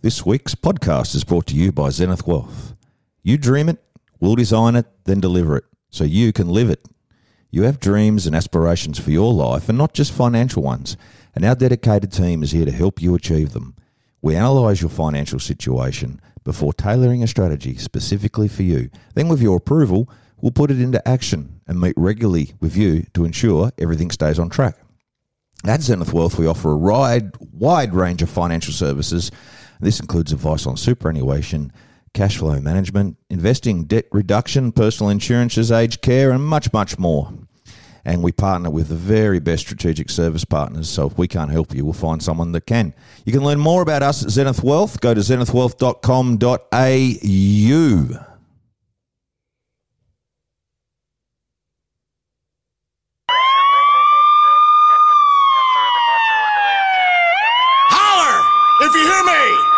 This week's podcast is brought to you by Zenith Wealth. You dream it, we'll design it, then deliver it so you can live it. You have dreams and aspirations for your life and not just financial ones, and our dedicated team is here to help you achieve them. We analyse your financial situation before tailoring a strategy specifically for you. Then, with your approval, we'll put it into action and meet regularly with you to ensure everything stays on track. At Zenith Wealth, we offer a wide, wide range of financial services. This includes advice on superannuation, cash flow management, investing, debt reduction, personal insurances, aged care, and much, much more. And we partner with the very best strategic service partners. So if we can't help you, we'll find someone that can. You can learn more about us at Zenith Wealth. Go to zenithwealth.com.au. Holler if you hear me.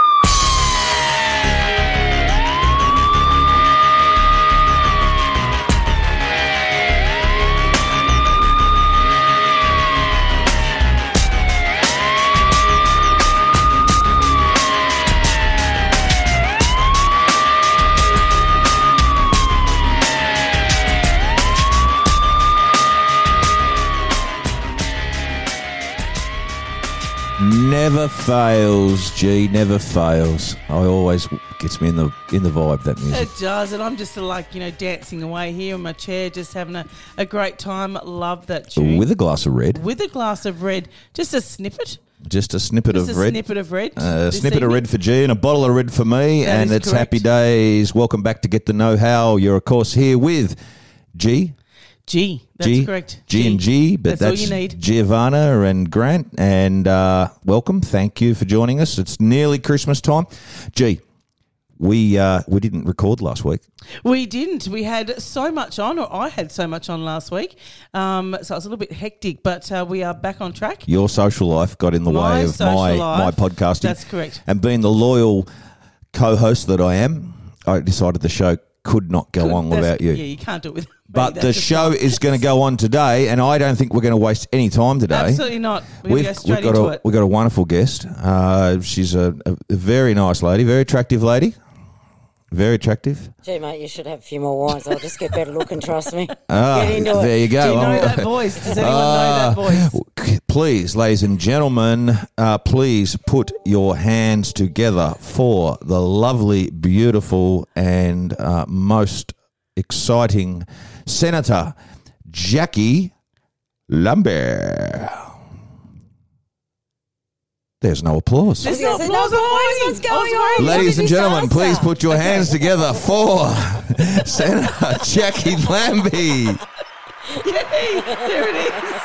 Never fails, G. Never fails. I always gets me in the in the vibe that music. It does, and I'm just like you know dancing away here in my chair, just having a, a great time. Love that tune With a glass of red, With a glass of red, just a snippet, just a snippet just of a red. snippet of red, A this snippet of evening. red for G and a bottle of red for me, That and is it's happy correct. days. Welcome back to Get the Know How. You're of course here with G, G, that's G, correct. G and G, but that's, all you need. Giovanna and Grant, and uh, welcome. Thank you for joining us. It's nearly Christmas time. G, we uh, we didn't record last week. We didn't. We had so much on, or I had so much on last week, um, so it was a little bit hectic. But uh, we are back on track. Your social life got in the My way of social my life. my podcasting. That's correct. And being the loyal co-host that I am, I decided the show could not go on That's- without you. Yeah, you can't do it with. But me. the That's just- show is going to go on today, and I don't think we're going to waste any time today. Absolutely not. We're going to go straight got into a, it. we've got a wonderful guest. Uh, she's a, a very nice lady, very attractive lady, very attractive. Gee, mate, you should have a few more wines. I'll just get better looking, trust me. Ah, get into there it. you go. Ah. Do you know I'm- that voice? Does anyone know that voice? C- Please, ladies and gentlemen, uh, please put your hands together for the lovely, beautiful, and uh, most exciting Senator Jackie Lambert. There's no applause. There's I no was gonna say, no applause. I'm applause, waiting. what's I was going on? waiting. Ladies What a and gentlemen, disaster. please put your hands together for Senator Jackie Lambie. Yay, there it is.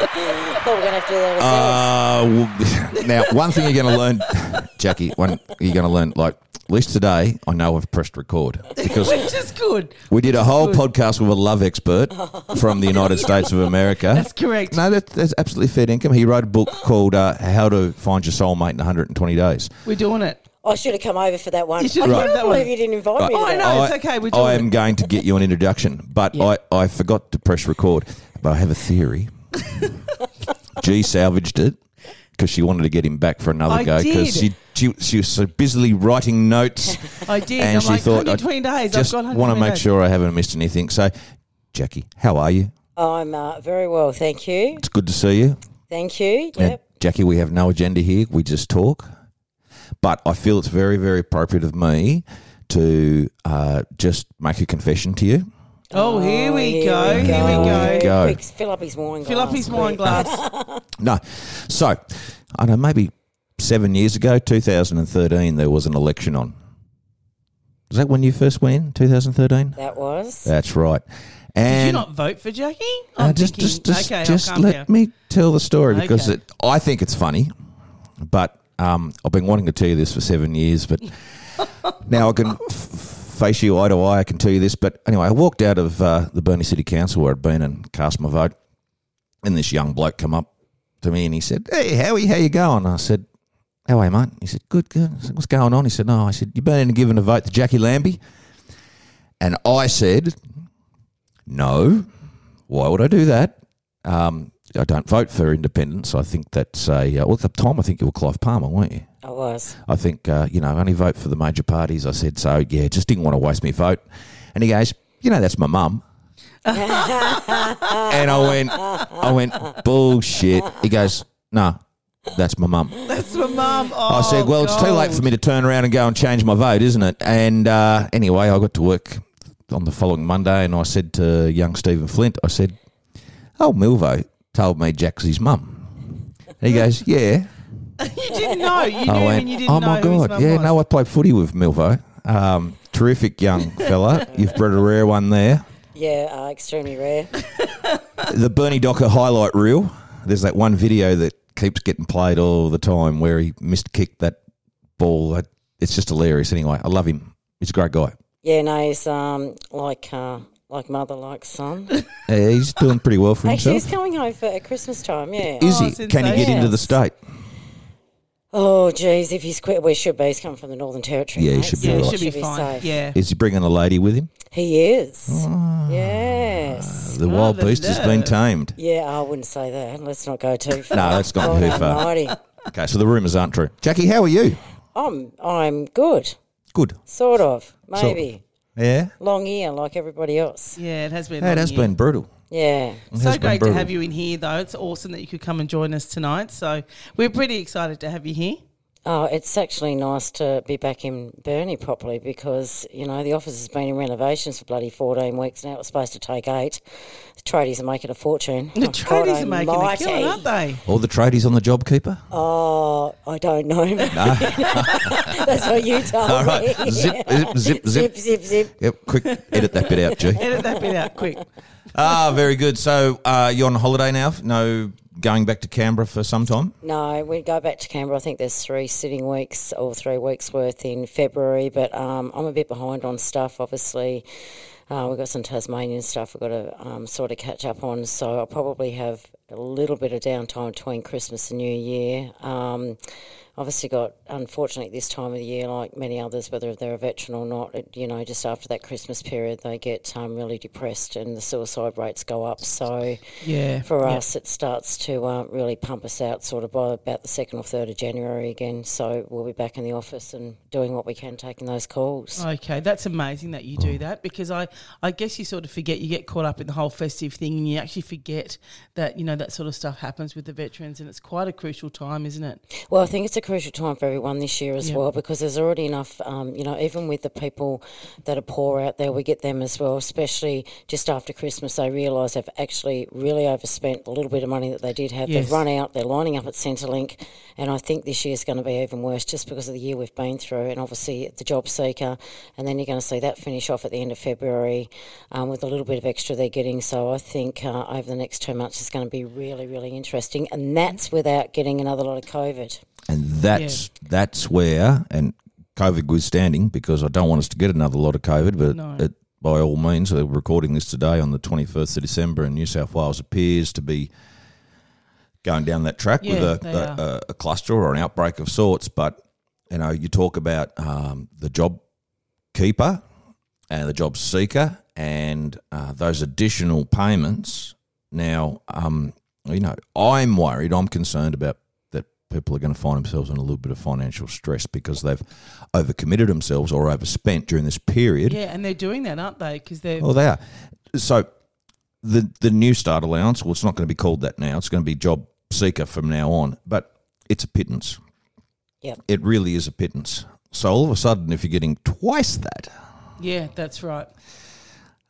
I thought we are going to have to do that Uh, ourselves. well, now, one thing you're going to learn, Jackie, one you're going to learn, like, at least today, I know I've pressed record because Which is good. we did a whole Good. podcast with a love expert from the United States of America. That's correct. No, that, that's absolutely fair income. He wrote a book called uh, How to Find Your Soulmate in 120 Days. We're doing it. Uh, I should have come over for that one. You should have I come can't that believe one. you didn't invite me. To Oh, I that. know. it's okay, we're doing I am it. going to get you an introduction, but I, I forgot to press record. But I have a theory. G salvaged it because she wanted to get him back for another I go because did. she, she she was so busily writing notes, I did. and I'm she like, thought I 120 days. just I've want got to 120 make days. sure I haven't missed anything. So, Jackie, how are you? I'm uh, very well, thank you. It's good to see you. Thank you. And Yep. Jackie, we have no agenda here. We just talk. But I feel it's very, very appropriate of me to uh, just make a confession to you. Oh, here we go. Here we Here go. we go. Quick, fill up his wine glass. Fill up his wine quick. glass. No. So, I don't know, maybe seven years ago, 2013, there was an election on. Is that when you first went in, 2013? That was. That's right. Did you And not vote for Jackie? uh, I'm just, thinking, just, just, okay, just I'll calm let down. me tell the story because Okay. it, I think it's funny, but um, I've been wanting to tell you this for seven years, but now I can f- face you eye to eye. I can tell you this, but anyway, I walked out of uh, the Burnie City Council where I'd been and cast my vote, and this young bloke come up to me and he said, "Hey, Howie, how you going?" I said, "How are you, mate?" He said, "Good, good." I said, "What's going on?" He said, "No." I said, "You been in and given a vote to Jackie Lambie?" And I said, "No." why would I do that? Um, I don't vote for independence. I think that's a. Uh, well, at the time, I think you were Clive Palmer, weren't you? I was. I think, uh, you know, only vote for the major parties. I said, so yeah, just didn't want to waste my vote. And he goes, you know, that's my mum. and I went, I went, bullshit. He goes, no, that's my mum. That's for mum. I said, well, it's too late for me to turn around and go and change my vote, isn't it? And uh, anyway, I got to work on the following Monday and I said to young Stephen Flint, I said, oh, Milvo told me Jack's his mum. And he goes, yeah. you didn't know. You knew I and you didn't oh know. my who his god, mum yeah, was. no, I played footy with Milvo. Um, terrific young fella. You've bred a rare one there. Yeah, uh, extremely rare. The Bernie Docker highlight reel. There's that one video that keeps getting played all the time where he missed kicked that ball. I- It's just hilarious. Anyway, I love him. He's a great guy. Yeah, no, he's um, like uh, like mother, like son. Uh, he's doing pretty well for Actually, he's himself. coming over at Christmas time. Yeah. Is Oh, it's he? Can he get insane. into the state? Oh, geez, if he's quit, we should be. He's coming from the Northern Territory. Yeah, he mate, should be so Yeah, all it right. should be fine. safe. Yeah. Is he bringing a lady with him? Oh, He is. Yes. The wild the beast has been nerve. tamed. Yeah, I wouldn't say that. Let's not go too far. No, that's gone too Oh, God far. almighty. Okay, so the rumours aren't true. Jackie, how are you? I'm, I'm good. Good. Sort of. Maybe. Yeah. Long ear like everybody else. Yeah, it has been. That a has long year. been brutal. Yeah. It So has been great to brutal. have you in here, though. It's awesome that you could come and join us tonight. So we're pretty excited to have you here. Oh, it's actually nice to be back in Burnie properly because, you know, the office has been in renovations for bloody 14 weeks now. It was supposed to take eight. The tradies are making a fortune. The Oh, God tradies are making a almighty. killing, aren't they? All the tradies on the job keeper? Oh, I don't know. That's what you told All right. me. Zip, zip, zip, Zip, zip. zip, zip. Yep, quick, edit that bit out, G. Edit that bit out quick. Ah, very good. So uh, you're on holiday now? No going back to Canberra for some time? No, we go back to Canberra. I think there's three sitting weeks or three weeks worth in February, but um, I'm a bit behind on stuff, obviously. Uh, we've got some Tasmanian stuff we've got to um, sort of catch up on, so I'll probably have a little bit of downtime between Christmas and New Year. Um, obviously, got unfortunately this time of the year, like many others, whether they're a veteran or not, it, you know, just after that Christmas period, they get um, really depressed and the suicide rates go up. So, Yeah. for us, it starts to uh, really pump us out sort of by about the second or third of January again. So we'll be back in the office and doing what we can, taking those calls. Okay, that's amazing that you do that because I, I guess you sort of forget you get caught up in the whole festive thing and you actually forget that you know that sort of stuff happens with the veterans and it's quite a crucial time, isn't it? Well, I think it's a crucial time for everyone this year as Yeah. well because there's already enough, um, you know, even with the people that are poor out there, we get them as well, especially just after Christmas. They realise they've actually really overspent the little bit of money that they did have. Yes. They've run out, they're lining up at Centrelink, and I think this year's going to be even worse just because of the year we've been through and obviously the job seeker. And then you're going to see that finish off at the end of February um, with a little bit of extra they're getting. So I think uh, over the next two months it's going to be really, really interesting. And that's without getting another lot of COVID. And that's that's where, and COVID withstanding, because I don't want us to get another lot of COVID, but No. it, by all means, we're recording this today on the 21st of December, and New South Wales appears to be going down that track with Yeah, a, they a, are. a, a cluster or an outbreak of sorts. But, you know, you talk about um, the job keeper and uh, the job seeker and uh, those additional payments. Now, um, you know, I'm worried, I'm concerned about that people are going to find themselves in a little bit of financial stress because they've overcommitted themselves or overspent during this period. Yeah, and they're doing that, aren't they? Because they're Well, they are. So the the new start allowance. Well, it's not going to be called that now. It's going to be job seeker from now on. But it's a pittance. Yep. It really is a pittance. So all of a sudden, if you're getting twice that, yeah, that's right.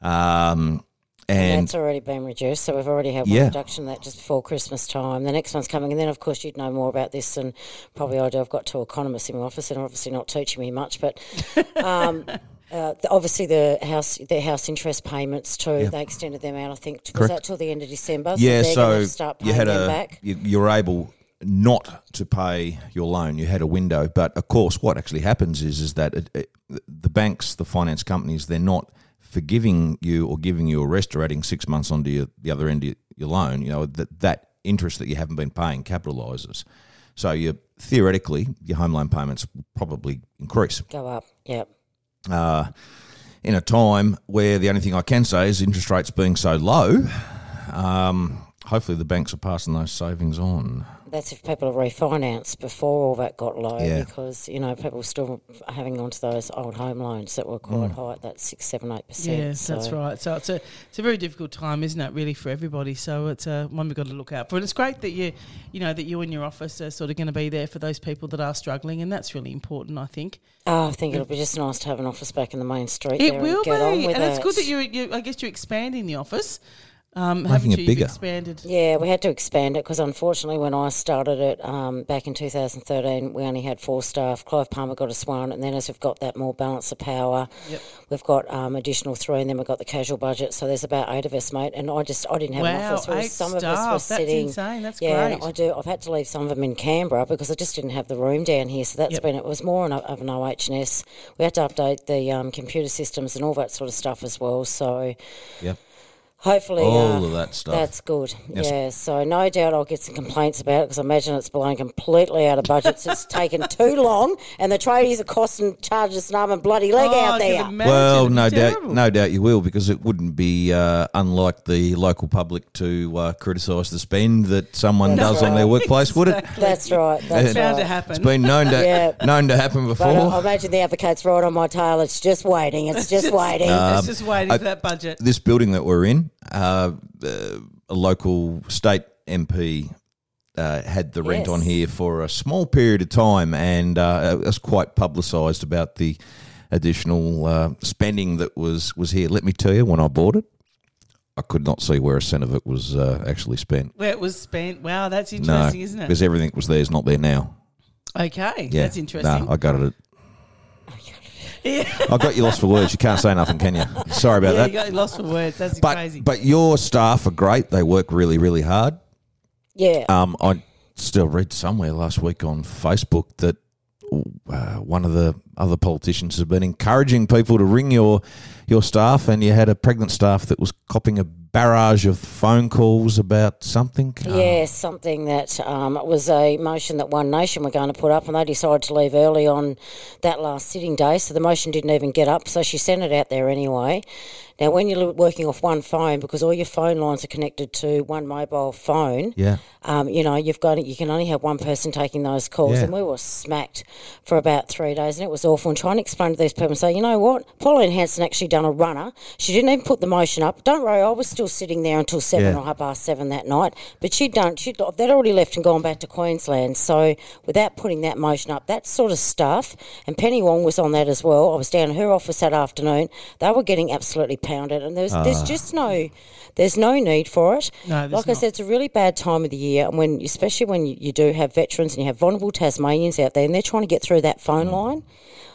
um, and That's already been reduced, so we've already had one Yeah. reduction of that just before Christmas time. The next one's coming, and then of course you'd know more about this than probably I do. I've got two economists in my office, and are obviously not teaching me much, but. Um, Uh, the, obviously, the house the house interest payments too. They extended them out. I think was Correct. that till the end of December. yeah, they're so gonna start you paying had them a back. You, you were able not to pay your loan. You had a window, but of course, what actually happens is is that it, it, the banks, the finance companies, they're not forgiving you or giving you a rest or adding six months onto your, the other end of your, your loan. You know that that interest that you haven't been paying capitalizes. So you theoretically your home loan payments will probably increase Go up. Yep. uh, in a time where the only thing I can say is interest rates being so low. Um, hopefully, the banks are passing those savings on. that's if people have refinanced before all that got low Yeah. because, you know, people still having onto those old home loans that were Mm. quite high at that six, seven, eight percent. Yes, that's right. So it's a it's a very difficult time, isn't it, really, for everybody. So it's uh, one we've got to look out for. And it's great that you you know that you and your office are sort of going to be there for those people that are struggling, and that's really important, I think. Oh, I think it'll be just nice to have an office back in the main street. It there will and be, get on with and it's it. good that you, you. I guess you're expanding the office, um, Making haven't it you? bigger. You've expanded. Yeah, we had to expand it because unfortunately, when I started it um, back in 2013, we only had four staff. Clive Palmer got us one, and then as we've got that more balance of power, Yep. we've got um, additional three, and then we've got the casual budget. So there's about eight of us, mate. And I just I didn't have an Wow, office. We were- eight some of staff. us were That's sitting. insane. That's yeah, and great. I do. I've had to leave some of them in Canberra because I just didn't have the room down here. So that's Yep. been it was more an- of an OHS. We had to update the um, computer systems and all that sort of stuff as well. So Yep. hopefully, All uh, of that stuff. That's good. Yes. Yeah. So no doubt I'll get some complaints about it because I imagine it's blown completely out of budgets. it's taken too long, and the tradies are costing charges an arm and bloody leg Oh, out I can there. imagine. well, It'd be no doubt, terrible. no doubt you will, because it wouldn't be uh, unlike the local public to uh, criticise the spend that someone That's does on their right. workplace, would it? Exactly. That's right. That's It's bound to right. happen. It's been known to Yeah. known to happen before. But I, I imagine the advocate's right on my tail. It's just waiting. It's just waiting. um, it's just waiting for that budget. this building that we're in, uh, uh, a local state MP uh, had the rent Yes. on here for a small period of time, and uh, it was quite publicised about the additional uh, spending that was was here. Let me tell you, when I bought it, I could not see where a cent of it was uh, actually spent. Where it was spent. Wow, that's No, interesting, isn't it? because everything was there is not there now. Okay, Yeah, that's interesting. Nah, I got it. yeah, I got you lost for words. You can't say nothing, can you? Sorry about yeah, that. you got lost for words. That's but crazy. but your staff are great. They work really really hard. yeah. Um, I still read somewhere last week on Facebook that uh, one of the other politicians has been encouraging people to ring your your staff, and you had a pregnant staff that was copping a barrage of phone calls about something. Uh, Yeah, something that um, it was a motion that One Nation were going to put up, and they decided to leave early on that last sitting day, so the motion didn't even get up. So she sent it out there anyway. Now, when you're working off one phone, because all your phone lines are connected to one mobile phone, Yeah. um, you know, you've got you can only have one person taking those calls, Yeah. and we were smacked for about three days, and it was awful. And trying to explain to these people and say, you know what, Pauline Hanson actually done a runner. She didn't even put the motion up. Don't worry, I was still sitting there until seven Yeah. or half past seven that night. But she'd done she would they'd already left and gone back to Queensland. So without putting that motion up, that sort of stuff. And Penny Wong was on that as well. I was down at her office that afternoon. They were getting absolutely pounded, and there's Ah. there's just no there's no need for it. No, there's like I not. said it's a really bad time of the year, and when especially when you, you do have veterans and you have vulnerable Tasmanians out there, and they're trying to get through that Mm. phone line.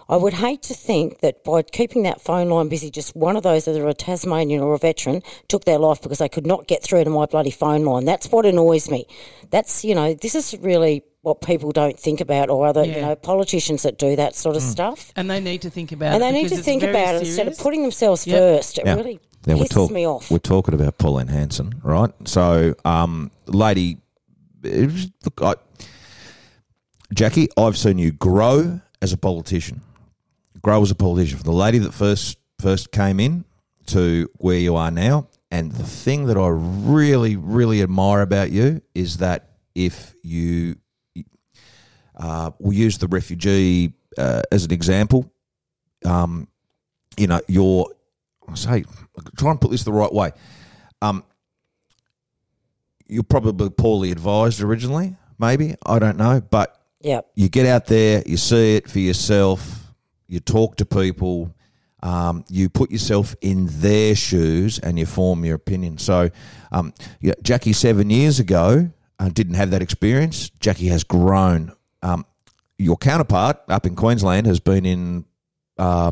I would hate to think that by keeping that phone line busy, just one of those, either a Tasmanian or a veteran, took their life because they could not get through to my bloody phone line. That's what annoys me. That's you know, this is really what people don't think about, or other you Yeah. Mm. know, politicians that do that sort of stuff and they need to think about and it. they need because to it's think very about it instead of serious. putting themselves Yep. first. It Now- really now pisses talk- me off. We're talking about Pauline Hanson, right? So, um, lady, it was- look, I, Jackie, I've seen you grow as a politician. Grow as a politician. From the lady that first first came in to where you are now, and the thing that I really, really admire about you is that if you uh, we'll use the refugee uh, as an example. Um, you know, your I say, try and put this the right way. Um, you're probably poorly advised originally, maybe I don't know, but Yep. you get out there, you see it for yourself, you talk to people, um, you put yourself in their shoes, and you form your opinion. So, um, you know, Jackie seven years ago uh, didn't have that experience. Jackie has grown. Um, your counterpart up in Queensland has been in uh,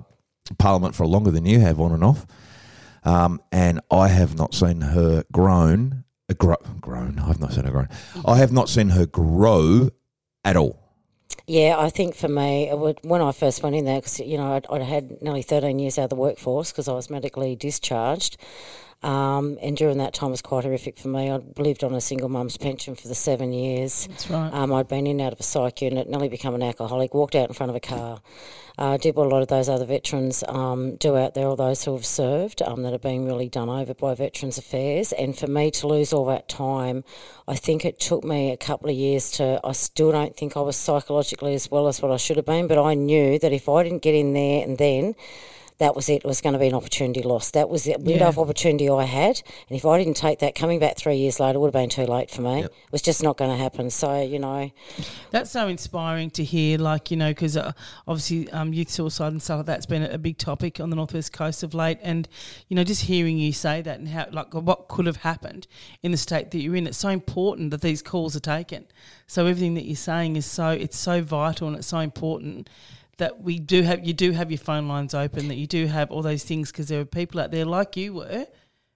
Parliament for longer than you have, on and off. Um, and I have not seen her grown, uh, grow, grown. I've not seen her grown. I have not seen her grow at all. Yeah, I think for me, it would, when I first went in there, because you know I'd, I'd had nearly thirteen years out of the workforce because I was medically discharged. Um, and during that time was quite horrific for me. I lived on a single mum's pension for the seven years. That's right. Um, I'd been in and out of a psych unit, nearly become an alcoholic, walked out in front of a car. Uh, did what a lot of those other veterans um, do out there, all those who have served um, that are being really done over by Veterans Affairs. And for me to lose all that time, I think it took me a couple of years to. I still don't think I was psychologically as well as what I should have been, but I knew that if I didn't get in there and then, that was it. It was going to be an opportunity lost. That was the window Yeah. of opportunity I had. And if I didn't take that, coming back three years later would have been too late for me. Yep. It was just not going to happen. So, you know, That's so inspiring to hear, like, you know, because uh, obviously um, youth suicide and stuff like that's been a, a big topic on the Northwest Coast of late. And, you know, just hearing you say that and how, like, what could have happened in the state that you're in, it's so important that these calls are taken. So everything that you're saying is so, it's so vital and it's so important that we do have, you do have your phone lines open, that you do have all those things because there are people out there like you were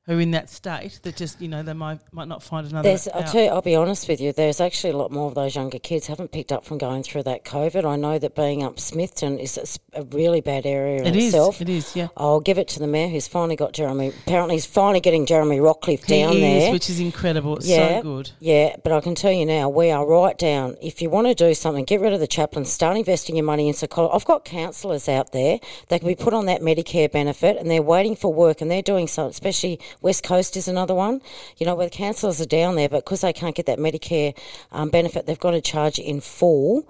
who are in that state that just, you know, they might, might not find another. there's, I'll, out. tell you, I'll be honest with you, there's actually a lot more of those younger kids haven't picked up from going through that COVID. I know that being up Smithton is a s- a, really bad area in It is, itself. it is, yeah. I'll give it to the mayor who's finally got Jeremy, apparently, he's finally getting Jeremy Rockcliffe down He is, there. which is incredible. It's so good. Yeah, but I can tell you now, we are right down. If you want to do something, get rid of the chaplain, start investing your money in psychology. I've got counsellors out there that can be put on that Medicare benefit and they're waiting for work and they're doing something, especially West Coast is another one, you know, where the counsellors are down there, but because they can't get that Medicare um, benefit, they've got to charge in full.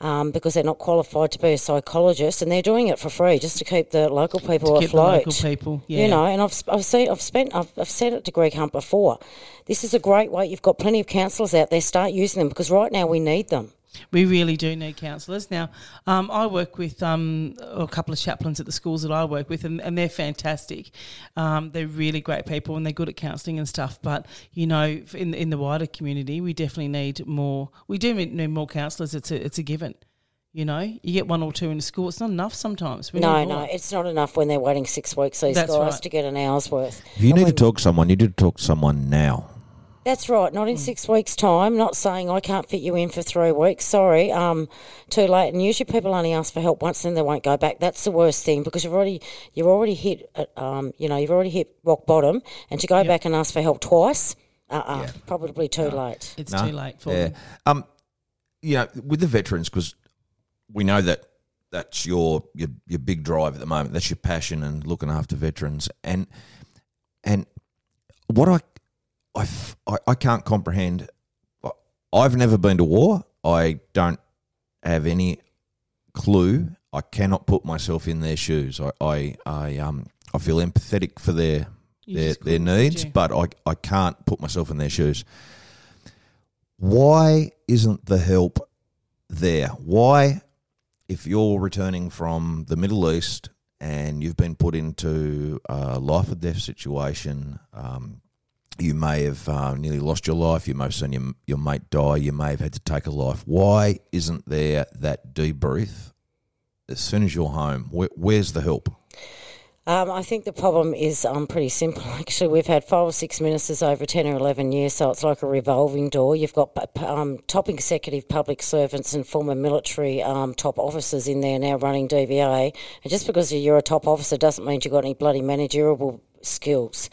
Um, because they're not qualified to be a psychologist, and they're doing it for free just to keep the local people Keep the afloat. local people. Yeah. You know, and I've, sp- I've seen, I've spent, I've, I've said it to Greg Hunt before. This is a great way. You've got plenty of counsellors out there. Start using them because right now we need them. We really do need counsellors. Now, um, I work with um, a couple of chaplains at the schools that I work with, and, and they're fantastic. Um, they're really great people, and they're good at counselling and stuff. But you know, f- in in the wider community, we definitely need more. We do need need more counsellors. It's a it's a given. You know, you get one or two in a school. It's not enough sometimes. We No, need more. no, it's not enough when they're waiting six weeks. These That's guys right. to get an hour's worth. If you need to talk to someone, you need to talk to someone now. That's right. Not Mm. in six weeks' time. Not saying I can't fit you in for three weeks. Sorry, um, too late. And usually people only ask for help once, and they won't go back. That's the worst thing because you've already you've already hit uh, um, you know you've already hit rock bottom, and to go back and ask for help twice, uh, uh probably too late. it's No. too late for Yeah. them. Um, you know, with the veterans, because we know that that's your, your your big drive at the moment. That's your passion and looking after veterans. And and what I I f- I, I can't comprehend. I- I've never been to war. I don't have any clue. I cannot put myself in their shoes. I I, I um I feel empathetic for their You their, just their couldn't, could needs, you? but I, I can't put myself in their shoes. Why isn't the help there? Why, if you're returning from the Middle East and you've been put into a life or death situation, um, you may have uh, nearly lost your life, you may have seen your, your mate die, you may have had to take a life. Why isn't there that debrief as soon as you're home? Where, where's the help? Um, I think the problem is um, pretty simple, actually. We've had five or six ministers over 10 or 11 years, so it's like a revolving door. You've got pu- pu- um, top executive public servants and former military um, top officers in there now running DVA. And just because you're a top officer doesn't mean you've got any bloody managerial skills.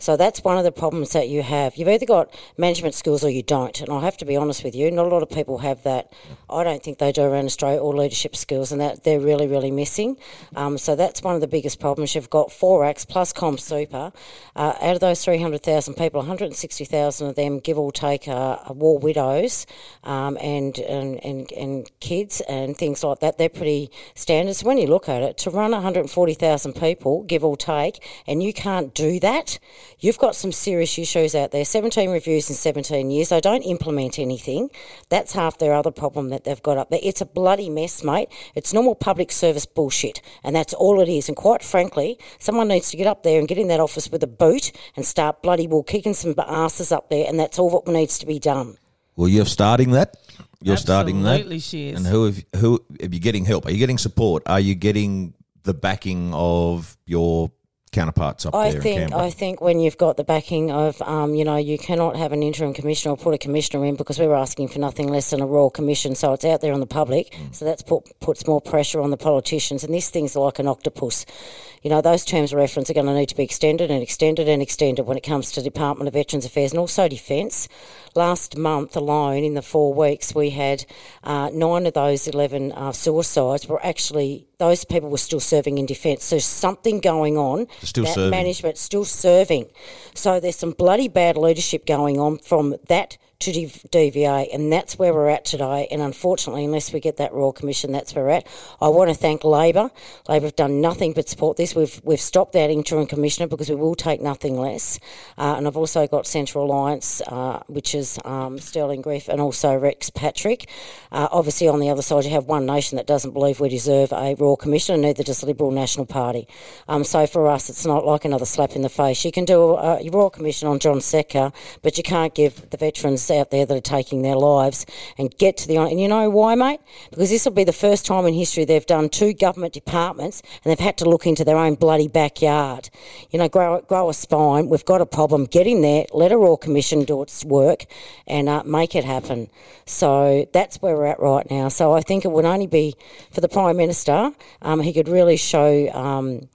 So that's one of the problems that you have. You've either got management skills or you don't. And I have to be honest with you, not a lot of people have that. I don't think they do around Australia or leadership skills, and that they're really, really missing. Um, so that's one of the biggest problems. You've got Forex plus Com Super. Uh, out of those 300,000 people, 160,000 of them, give or take, are, are war widows um, and, and, and, and kids and things like that. They're pretty standard. So when you look at it, to run 140,000 people, give or take, and you can't do that, you've got some serious issues out there. 17 reviews in 17 years. They don't implement anything. That's half their other problem that they've got up there. It's a bloody mess, mate. It's normal public service bullshit, and that's all it is. And quite frankly, someone needs to get up there and get in that office with a boot and start bloody well kicking some asses up there, and that's all what needs to be done. Well, you're starting that. You're starting that. Absolutely she is. And who have, who are you getting help? Are you getting support? Are you getting the backing of your counterparts up I there in think Canberra? I think when you've got the backing of, um, you know, you cannot have an interim commissioner or put a commissioner in because we were asking for nothing less than a royal commission. So it's out there on the public. Mm. So that's put, puts more pressure on the politicians. And this thing's like an octopus. You know, those terms of reference are going to need to be extended and extended and extended when it comes to Department of Veterans Affairs and also Defence. Last month alone, in the four weeks, we had uh, nine of those 11 uh, suicides were actually, those people were still serving in defence. So there's something going on Still that serving. management still serving. So there's some bloody bad leadership going on from that to D- DVA, and that's where we're at today. And unfortunately, unless we get that Royal Commission, that's where we're at. I want to thank Labor. Labor have done nothing but support this. We've we've stopped that interim commissioner because we will take nothing less. Uh, and I've also got Central Alliance, uh, which is um, Sterling Griff and also Rex Patrick. Uh, obviously, on the other side, you have One Nation that doesn't believe we deserve a Royal Commission, and neither does the Liberal National Party. Um, so for us, it's not like another slap in the face. You can do a, a Royal Commission on John Secker, but you can't give the veterans out there that are taking their lives and get to the hon- And you know why, mate? Because this will be the first time in history they've done two government departments and they've had to look into their own bloody backyard. You know, grow, grow a spine. We've got a problem. Get in there. Let a Royal Commission do its work and uh, make it happen. So that's where we're at right now. So I think it would only be for the Prime Minister. Um, he could really show. Um,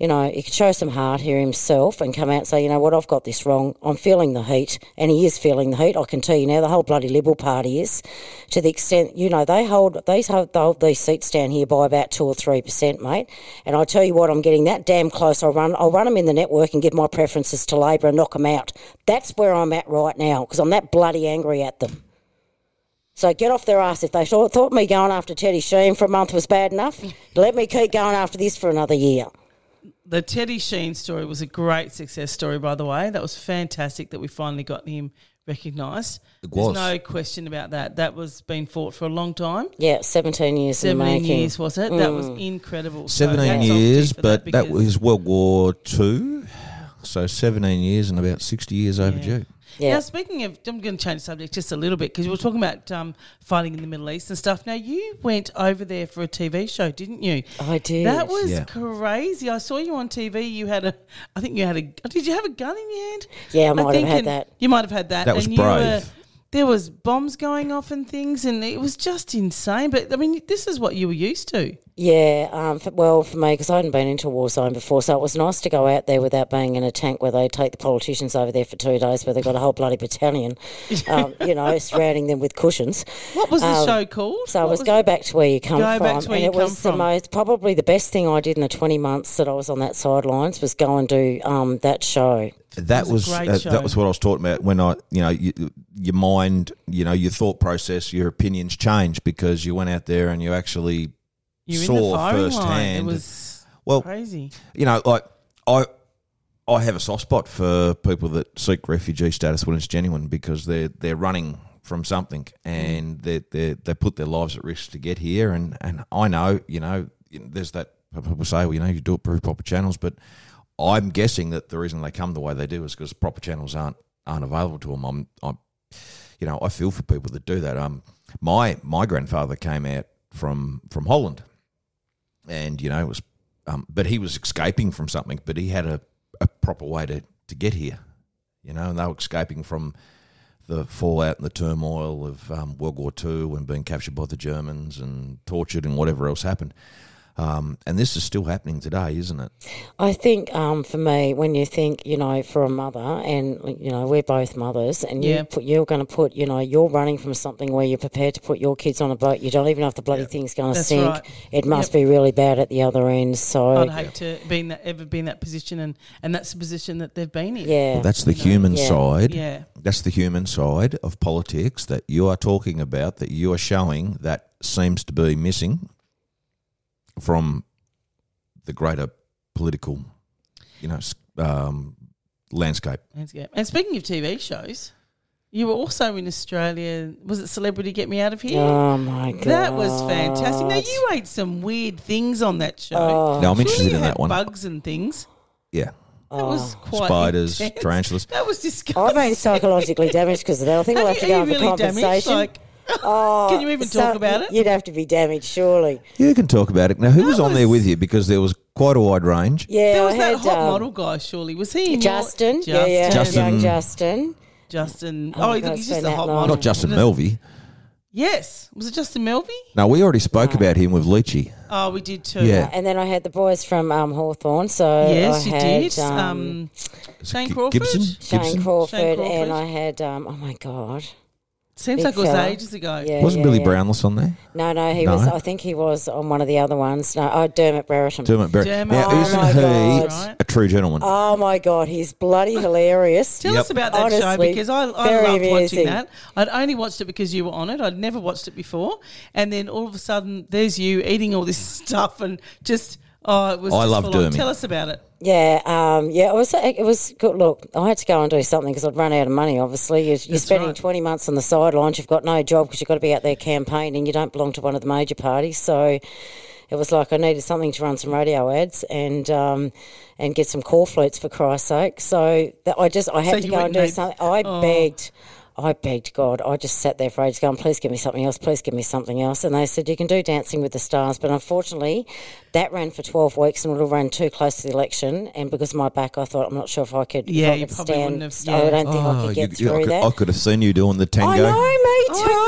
you know, he could show some heart here himself and come out and say, you know what, I've got this wrong. I'm feeling the heat. And he is feeling the heat. I can tell you now, the whole bloody Liberal Party is, to the extent, you know, they hold, they hold, they hold these seats down here by about 2 or 3%, mate. And I tell you what, I'm getting that damn close. I'll run, I'll run them in the network and give my preferences to Labor and knock them out. That's where I'm at right now because I'm that bloody angry at them. So get off their ass. If they thought, thought me going after Teddy Sheen for a month was bad enough, let me keep going after this for another year. The Teddy Sheen story was a great success story, by the way. That was fantastic that we finally got him recognised. It was. There's no question about that. That was been fought for a long time. Yeah, 17 years in the 17 making. years, was it? That was Mm. incredible. So 17 hats off to you years, for but that, because- was World War Two, So 17 years and about 60 years overdue. Yeah. Now, speaking of, I'm going to change the subject just a little bit because we were talking about um, fighting in the Middle East and stuff. Now, you went over there for a TV show, didn't you? I did. That was Yeah. crazy. I saw you on TV. You had a, I think you had a, did you have a gun in your hand? Yeah, I might have think had in- that. You might have had that. That was and you were- brave. there was bombs going off and things, and it was just insane. But I mean, this is what you were used to. Yeah, um, f well, for me, because I hadn't been into a war zone before, so it was nice to go out there without being in a tank where they take the politicians over there for two days where they've got a whole bloody battalion, um, you know, surrounding them with cushions. What was the Um, show called? So What it was, go back to where you come Go from, back to where and you it was come the from. most probably the best thing I did in the twenty months that I was on that sidelines was go and do um, that show. That was was, a great uh, show. that was what I was talking about when I, you know, you, your mind, you know, your thought process, your opinions change because you went out there and you actually you were in saw the firing line. It firsthand- was well, Oh, crazy. you know, like I, I have a soft spot for people that seek refugee status when it's genuine because they're they're running from something and they they they put their lives at risk to get here. And and I know, you know, there's that people say, well, you know, you do it through proper channels, but I'm guessing that the reason they come the way they do is because proper channels aren't aren't available to them. I'm, I'm you know, I feel for people that do that. Um, my my grandfather came out from from Holland, and you know, it was, um, but he was escaping from something. But he had a, a proper way to to get here, you know, and they were escaping from the fallout and the turmoil of um, World War Two and being captured by the Germans and tortured and whatever else happened. Um, and this is still happening today, isn't it? I think um, for me, when you think, you know, for a mother, and you know, we're both mothers, and Yeah. you put, you're going to put, you know, you're running from something where you're prepared to put your kids on a boat. You don't even know if the bloody thing's going to That's sink. right. It must be really bad at the other end. So I'd hate to be in that ever be in that position, and and that's the position that they've been in. yeah, That's the human yeah. side. Yeah. That's the human side of politics that you are talking about, that you are showing that seems to be missing from the greater political, you know, s- um, landscape. Landscape. And speaking of TV shows, you were also in Australia. Was it Celebrity Get Me Out of Here? Oh my god, that was fantastic. Now you ate some weird things on that show. Oh, Now, I'm Surely interested you in had that one. Bugs and things. Yeah. That was Oh. quite Spiders, intense. tarantulas. That was I've disgusting. been psychologically damaged because of that. I think I'll Have you- have to go are for you really damaged? compensation. Like, oh, can you even so- talk about it? You'd have to be damaged, surely. You can talk about it. Now, who was, That on there was- with you? Because there was quite a wide range. Yeah, there was I that had, hot um, model guy, surely. Was he? in your- Justin. Yeah, yeah, Justin. young Justin. Justin. Oh, Oh, God, look, he's it's just been a that hot long. model. Not Justin Just- Melvy. Yes. Was it Justin Melby? No, we already spoke about him with Leachy. Oh, we did too. Yeah. And then I had the boys from um, Hawthorne. So Yes, I you had, did. Um, Shane G- Crawford. Gibson? Shane, Gibson? Crawford, Shane Crawford. and I had um, oh my god, Seems Big like it was fella. ages ago. yeah, Wasn't yeah, Billy yeah. Brownless on there? No, no, he No. was. I think he was on one of the other ones. No, oh Dermot Brereton. Dermot Barry. Dermot now, Barry. isn't Oh my he God. a true gentleman? Oh my god, he's bloody hilarious. Tell Yep. us about that show Honestly, because I, I very loved watching amusing. that. I'd only watched it because you were on it. I'd never watched it before, and then all of a sudden, there's you eating all this stuff and just oh, it was. I just love full on. Dermy. Tell us about it. Yeah, um, yeah, it was. It was good. Look, I had to go and do something because I'd run out of money. Obviously, you're, you're spending right. twenty months on the sidelines. You've got no job because you've got to be out there campaigning. You don't belong to one of the major parties, so it was like I needed something to run some radio ads and um, and get some call flutes for Christ's sake. So that I just I had So to you go went Oh. and do and- something. I begged. I begged God. I just sat there for ages going, please give me something else, please give me something else. And they said, you can do Dancing with the Stars. But unfortunately, that ran for 12 weeks and it all ran too close to the election. And because of my back, I thought, I'm not sure if I could, if Yeah, I you could probably stand. wouldn't have- yeah. I don't think I Oh, could get you- you- through I, could, that. I could have seen you doing the tango. I know, me too. I know.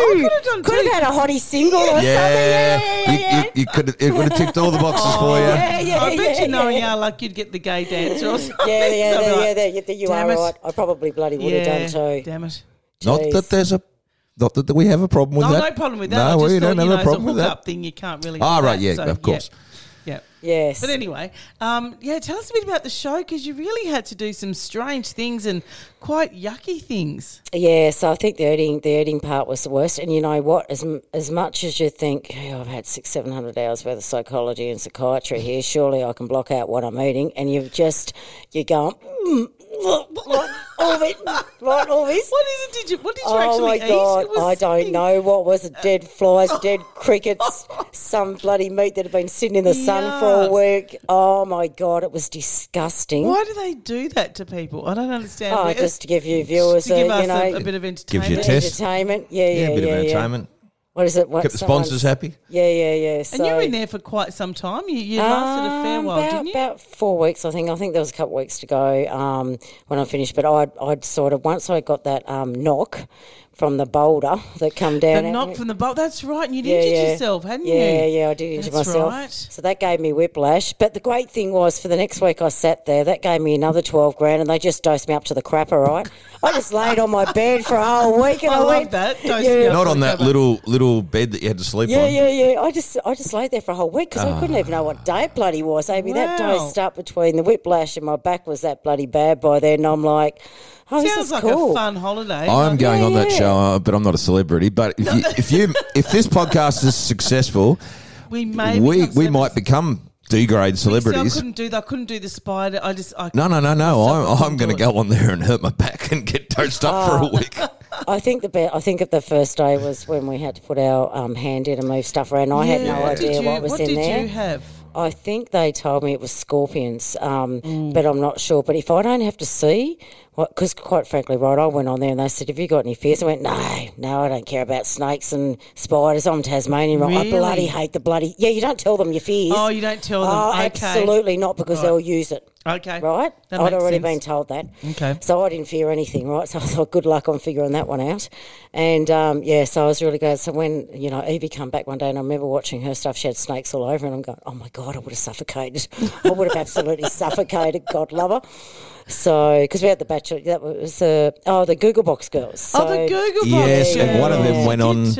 I could have done Could too. have had a hottie single or Yeah, something. Yeah, yeah, yeah, You- yeah. you, you could. It would have ticked all the boxes for you. yeah, yeah, I bet yeah, you know, yeah. yeah, like you'd get the gay dancer or something. Yeah, yeah, So yeah, like, yeah, yeah, yeah, you damn are it. right. I probably bloody would have done too. Damn it. Not that Jeez. there's a. Not that we have a problem with Oh, No, that. no problem with that. I No, just we thought, don't have you know, a problem with it's a that. hookup thing. You can't really. Ah, do right, that, yeah, so, of course. Yeah. yeah. Yes. But anyway, um, yeah, tell us a bit about the show because you really had to do some strange things and quite yucky things. Yeah, so I think the eating the eating part was the worst. And you know what? As m- as much as you think "Oh, I've had six seven hundred hours worth of psychology and Mm. psychiatry here, surely I can block out what I'm eating, and you've just you're going mm, right, all of it, right, all this. What is it? Did you? What did you Oh actually my god! eat? It was I don't something- know what was it. Dead flies, dead crickets, some bloody meat that had been sitting in the sun for a Yuck. week. Oh my god! It was disgusting. Why do they do that to people? I don't understand. Oh, Where- just to give you viewers, to give a, us you know, a, a bit of Gives entertainment. you a test. entertainment. Yeah, yeah, Yeah, a bit yeah, of yeah. entertainment. What is it? What, Kept the someone- sponsors happy. Yeah, yeah, yeah. So, And you were in there for quite some time. You, you lasted a fair Um, while, about, didn't you? About four weeks, I think. I think there was a couple of weeks to go um, when I finished. But I'd, I'd sort of once I got that um, knock from the boulder that come down. the at knock me- from the bowl. That's right. And you'd Yeah, injured yeah. yourself, hadn't yeah, you? Yeah, yeah, I did injure That's myself. right. So that gave me whiplash. But the great thing was, for the next week, I sat there. That gave me another twelve grand, and they just dosed me up to the crapper. Right, I just laid on my bed for a whole week, and I I, love went that. Dosed Yeah. me up. Not on that Cover. little little bed that you had to sleep Yeah, on. yeah, yeah. I just, I just laid there for a whole week because I couldn't even know what day it bloody was. Amy, that Ah. Wow. dosed up between the whiplash and my back was that bloody bad by then. I'm like, oh, this Sounds is like cool. a fun holiday. I'm Like, going on that yeah. show, uh, but I'm not a celebrity. But if you, if you if this podcast is successful, we may we become we might become D grade I celebrities. couldn't do that. I couldn't do the spider. I just I No, no, no, no. I'm, I'm going to couldn't do it. go on there and hurt my back and get dosed up Ah. for a week. I think the be- I think of the first day was when we had to put our um, hand in and move stuff around. I had no Yeah. idea did you, what was in did there. you have? I think they told me it was scorpions, um, Mm. but I'm not sure. But if I don't have to see, because quite frankly, right, I went on there and they said, "Have you got any fears?" I went, "No, no, I don't care about snakes and spiders. I'm Tasmanian. Right? I Really? bloody hate the bloody yeah. You don't tell them your fears. Oh, you don't tell them. Oh, okay. absolutely not, because they'll use it. Okay. Right? That I'd makes already sense. been told that. Okay. So I didn't fear anything, right? So I thought, good luck on figuring that one out. And um, yeah, so I was really glad. So when, you know, Evie come back one day and I remember watching her stuff, she had snakes all over and I'm going, oh my God, I would have suffocated. I would have absolutely suffocated, God love her. So, because we had the bachelor, that was the, oh, the Google Box girls. So, oh, the Google box. Yes, and one of them girls. went Did on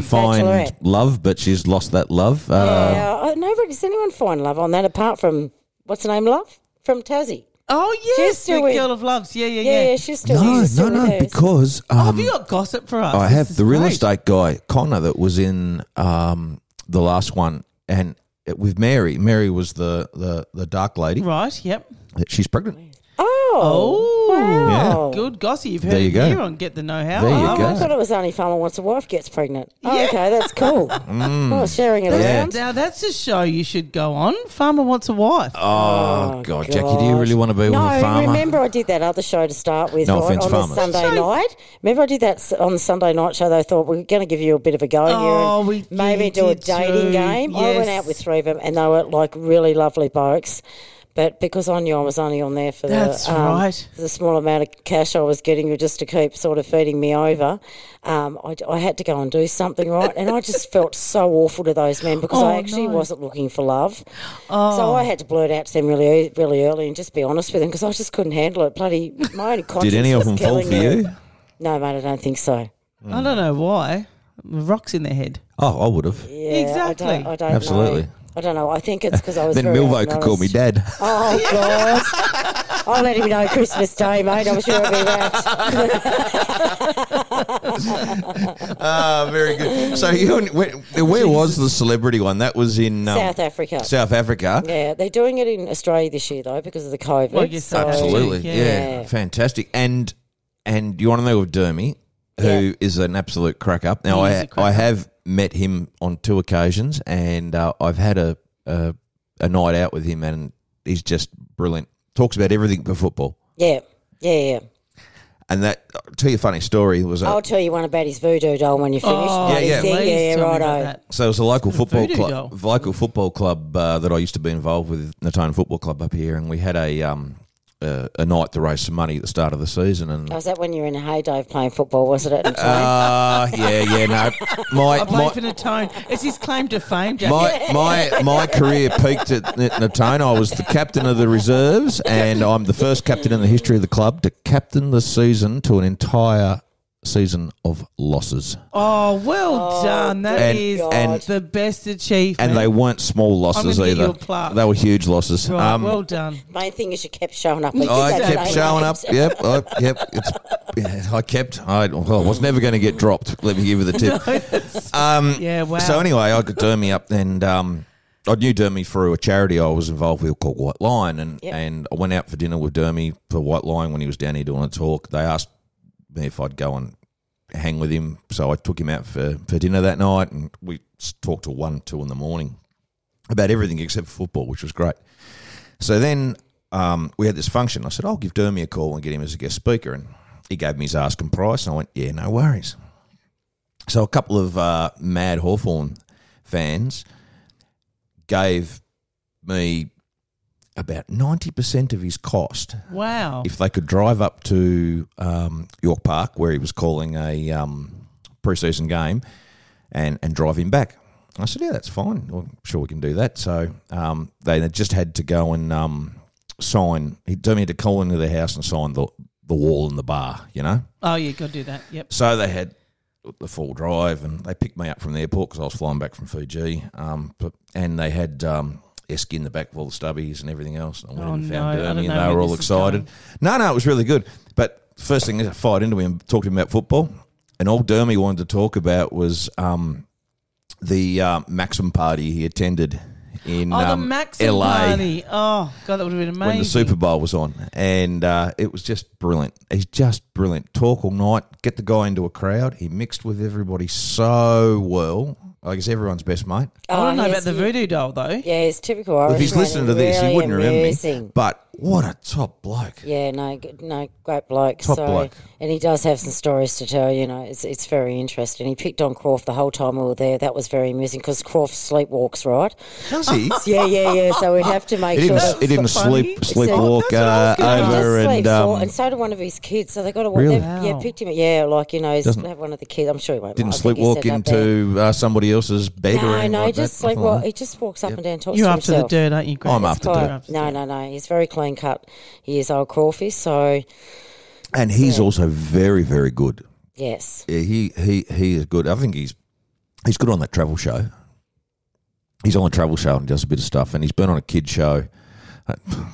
to find Bachelorette. love, but she's lost that love. Uh, Yeah, I- nobody, does anyone find love on that apart from, what's her name, love? From Tassie. Oh yes, She's the doing- girl of loves. Yeah, yeah, Yeah, yeah. yeah, she's still No, she's no, still with no, hers. because oh, um, have you got gossip for us? I This have is the real great. estate guy Connor that was in um, the last one, and it- with Mary. Mary was the the, the dark lady. Right. Yep. She's pregnant. Oh, Oh, wow. Good gossip. You've heard There you it go. here on Get the Know How. There you Oh, go. I thought it was only farmer once a wife gets pregnant. Oh, Yeah. okay, that's cool. Oh, sharing it Mm. Yeah. around. Now that's a show you should go on. Farmer wants a wife. Oh, God, Jackie, do you really want to be no, with a farmer? remember I did that other show to start with No right, offence, on the farmers. Sunday So- night. Remember I did that s- on the Sunday night show. They thought we're going to give you a bit of a go Oh, here, and we maybe did do a dating too. game. I went out Yes. with three of them, and they were like really lovely blokes. But because I knew I was only on there for That's the, um, right. the small amount of cash I was getting just to keep sort of feeding me over, um, I, I had to go and do something right. And I just felt so awful to those men because I Oh, actually no. wasn't looking for love. Oh. So I had to blurt out to them really, ear- really early and just be honest with them because I just couldn't handle it. Bloody, my only conscience Did any of was them fall killing for me. you? No, mate, I don't think so. I don't know why. Rocks in their head. Oh, I would have. Yeah, Exactly. I don't, I don't Absolutely. Know. I don't know. I think it's because I was Then very Milvo could call me unnoticed. dad. Oh God! I'll let him know Christmas Day, mate. I'm sure it'll be that. Ah, very good. So you and, where, where was the celebrity one? That was in um, South Africa. South Africa. Yeah, they're doing it in Australia this year though because of the COVID. Well, I guess so. Absolutely, Yeah. yeah. fantastic. And and you want to know of Dermy, who is Yeah. an absolute crack up. Now He I is a crack I up. have met him on two occasions, and uh, I've had a, a a night out with him, and he's just brilliant. Talks about everything but football. yeah, yeah, yeah. And that I'll tell you a funny story it was a, I'll tell you one about his voodoo doll when you finish. Oh, Yeah, yeah. yeah, eh? please tell yeah, me righto. about that. So it was a local football voodoo club, local football club uh, that I used to be involved with, Natone Football Club up here, and we had a um, uh, a night to raise some money at the start of the season. And Oh, was that when you were in a heyday of playing football, was it? At the time? uh, yeah, yeah, no, my I play for my, Natone. It's his claim to fame, Jackie. my my my career peaked at N- Natone. I was the captain of the reserves, and I'm the first captain in the history of the club to captain the season to an entire season of losses, oh, well done. That And- is and- the best achievement. and they weren't small losses gonna get you either. a plaque. They were huge losses. right, Um, well done. Main thing is you kept showing up. Oh, I That's kept right. showing up. Yep, I, yep. It's, yeah, I kept. I, well, I was never going to get dropped. Let me give you the tip. Um, Yeah, wow. So anyway, I got Dermy up, and um, I knew Dermy through a charity I was involved with called White Lion, and Yep. and I went out for dinner with Dermy for White Lion when he was down here doing a talk. They asked me if I'd go and hang with him, so I took him out for, for dinner that night, and we s- talked till one, two in the morning about everything except football, which was great. So then um, we had this function. I said, I'll give Dermy a call and get him as a guest speaker. And he gave me his asking price. And I went, yeah, no worries. So a couple of uh, mad Hawthorn fans gave me about 90% of his cost Wow. if they could drive up to um, York Park where he was calling a um, preseason game and, and drive him back. I said, yeah, that's fine. Well, I'm sure we can do that. So um, they had just had to go and um, sign. He told me to call into their house and sign the, the wall and the bar, you know? oh, yeah, got to do that. Yep. So they had the full drive, and they picked me up from the airport because I was flying back from Fuji. Um, but, and they had um, Esky in the back with all the stubbies and everything else. And I went Oh, in and no. I found don't Dermy, know and they where were all this is excited. No, no, it was really good. But first thing is, I fired into him, talked to him about football, and all Dermy wanted to talk about was um, the uh, Maxim party he attended in Oh, the um, Max and LA Barney. Oh, God, that would have been amazing. when the Super Bowl was on, and uh, it was just brilliant. He's just brilliant. Talk all night, get the guy into a crowd. He mixed with everybody so well. Like he's everyone's best mate. I don't Oh, know yes, about the he- voodoo doll, though. Yeah, it's typical Irish. if he's man, listening to this, really he wouldn't remember me. amusing. But what a top bloke! Yeah, no, g- no, great bloke. Top so, bloke. and he does have some stories to tell. You know, it's it's very interesting. He picked on Croft the whole time we were there. That was very amusing because Croft sleepwalks, right? Does he? Yeah, yeah, yeah. So we'd have to make He sure. didn't, he that- didn't so funny. sleep sleepwalk So- uh, That's what I was gonna over Just and sleeps all- um, and so do one of his kids. So they got to Really? yeah, Wow. picked him. Yeah, like you know, have one of the kids. I'm sure he won't. didn't mind. I think he sleepwalk said that there. into uh, somebody else's bed or No, anything no, like that, just nothing like well, that. he just walks up and down, and talks You're to after the himself. dirt, aren't you, Greg? I'm after Right. dirt. No, no, no. He's very clean cut. He is old Crawfy. So and he's also very very good. yes, Yeah, he he he is good. I think he's he's good on that travel show. He's on the travel show and does a bit of stuff, and he's been on a kid show.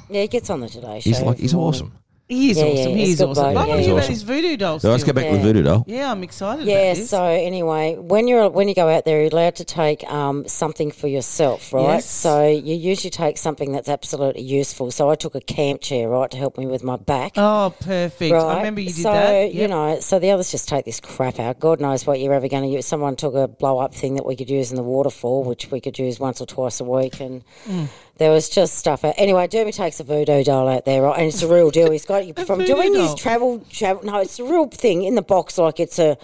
yeah, he gets on the Today Show. He's like he's every morning. awesome. He is Yeah, yeah, awesome. he he's is good awesome. bloke, I want to yeah. hear about He's his voodoo dolls. So let's go back to the Yeah. voodoo doll. Yeah, I'm excited Yeah. about this. So anyway, when you're when you go out there, you're allowed to take um, something for yourself, right? Yes. So you usually take something that's absolutely useful. So I took a camp chair, right, to help me with my back. oh, perfect. Right. I remember you did so, that. you Yep. know, so the others just take this crap out. God knows what you're ever going to use. Someone took a blow up thing that we could use in the waterfall, which we could use once or twice a week, and Mm. there was just stuff. Out. Anyway, Derby takes a voodoo doll out there, right? And it's a real deal. He's got from voodoo doing doll. his travel travel. No, it's a real thing in the box. Like it's a.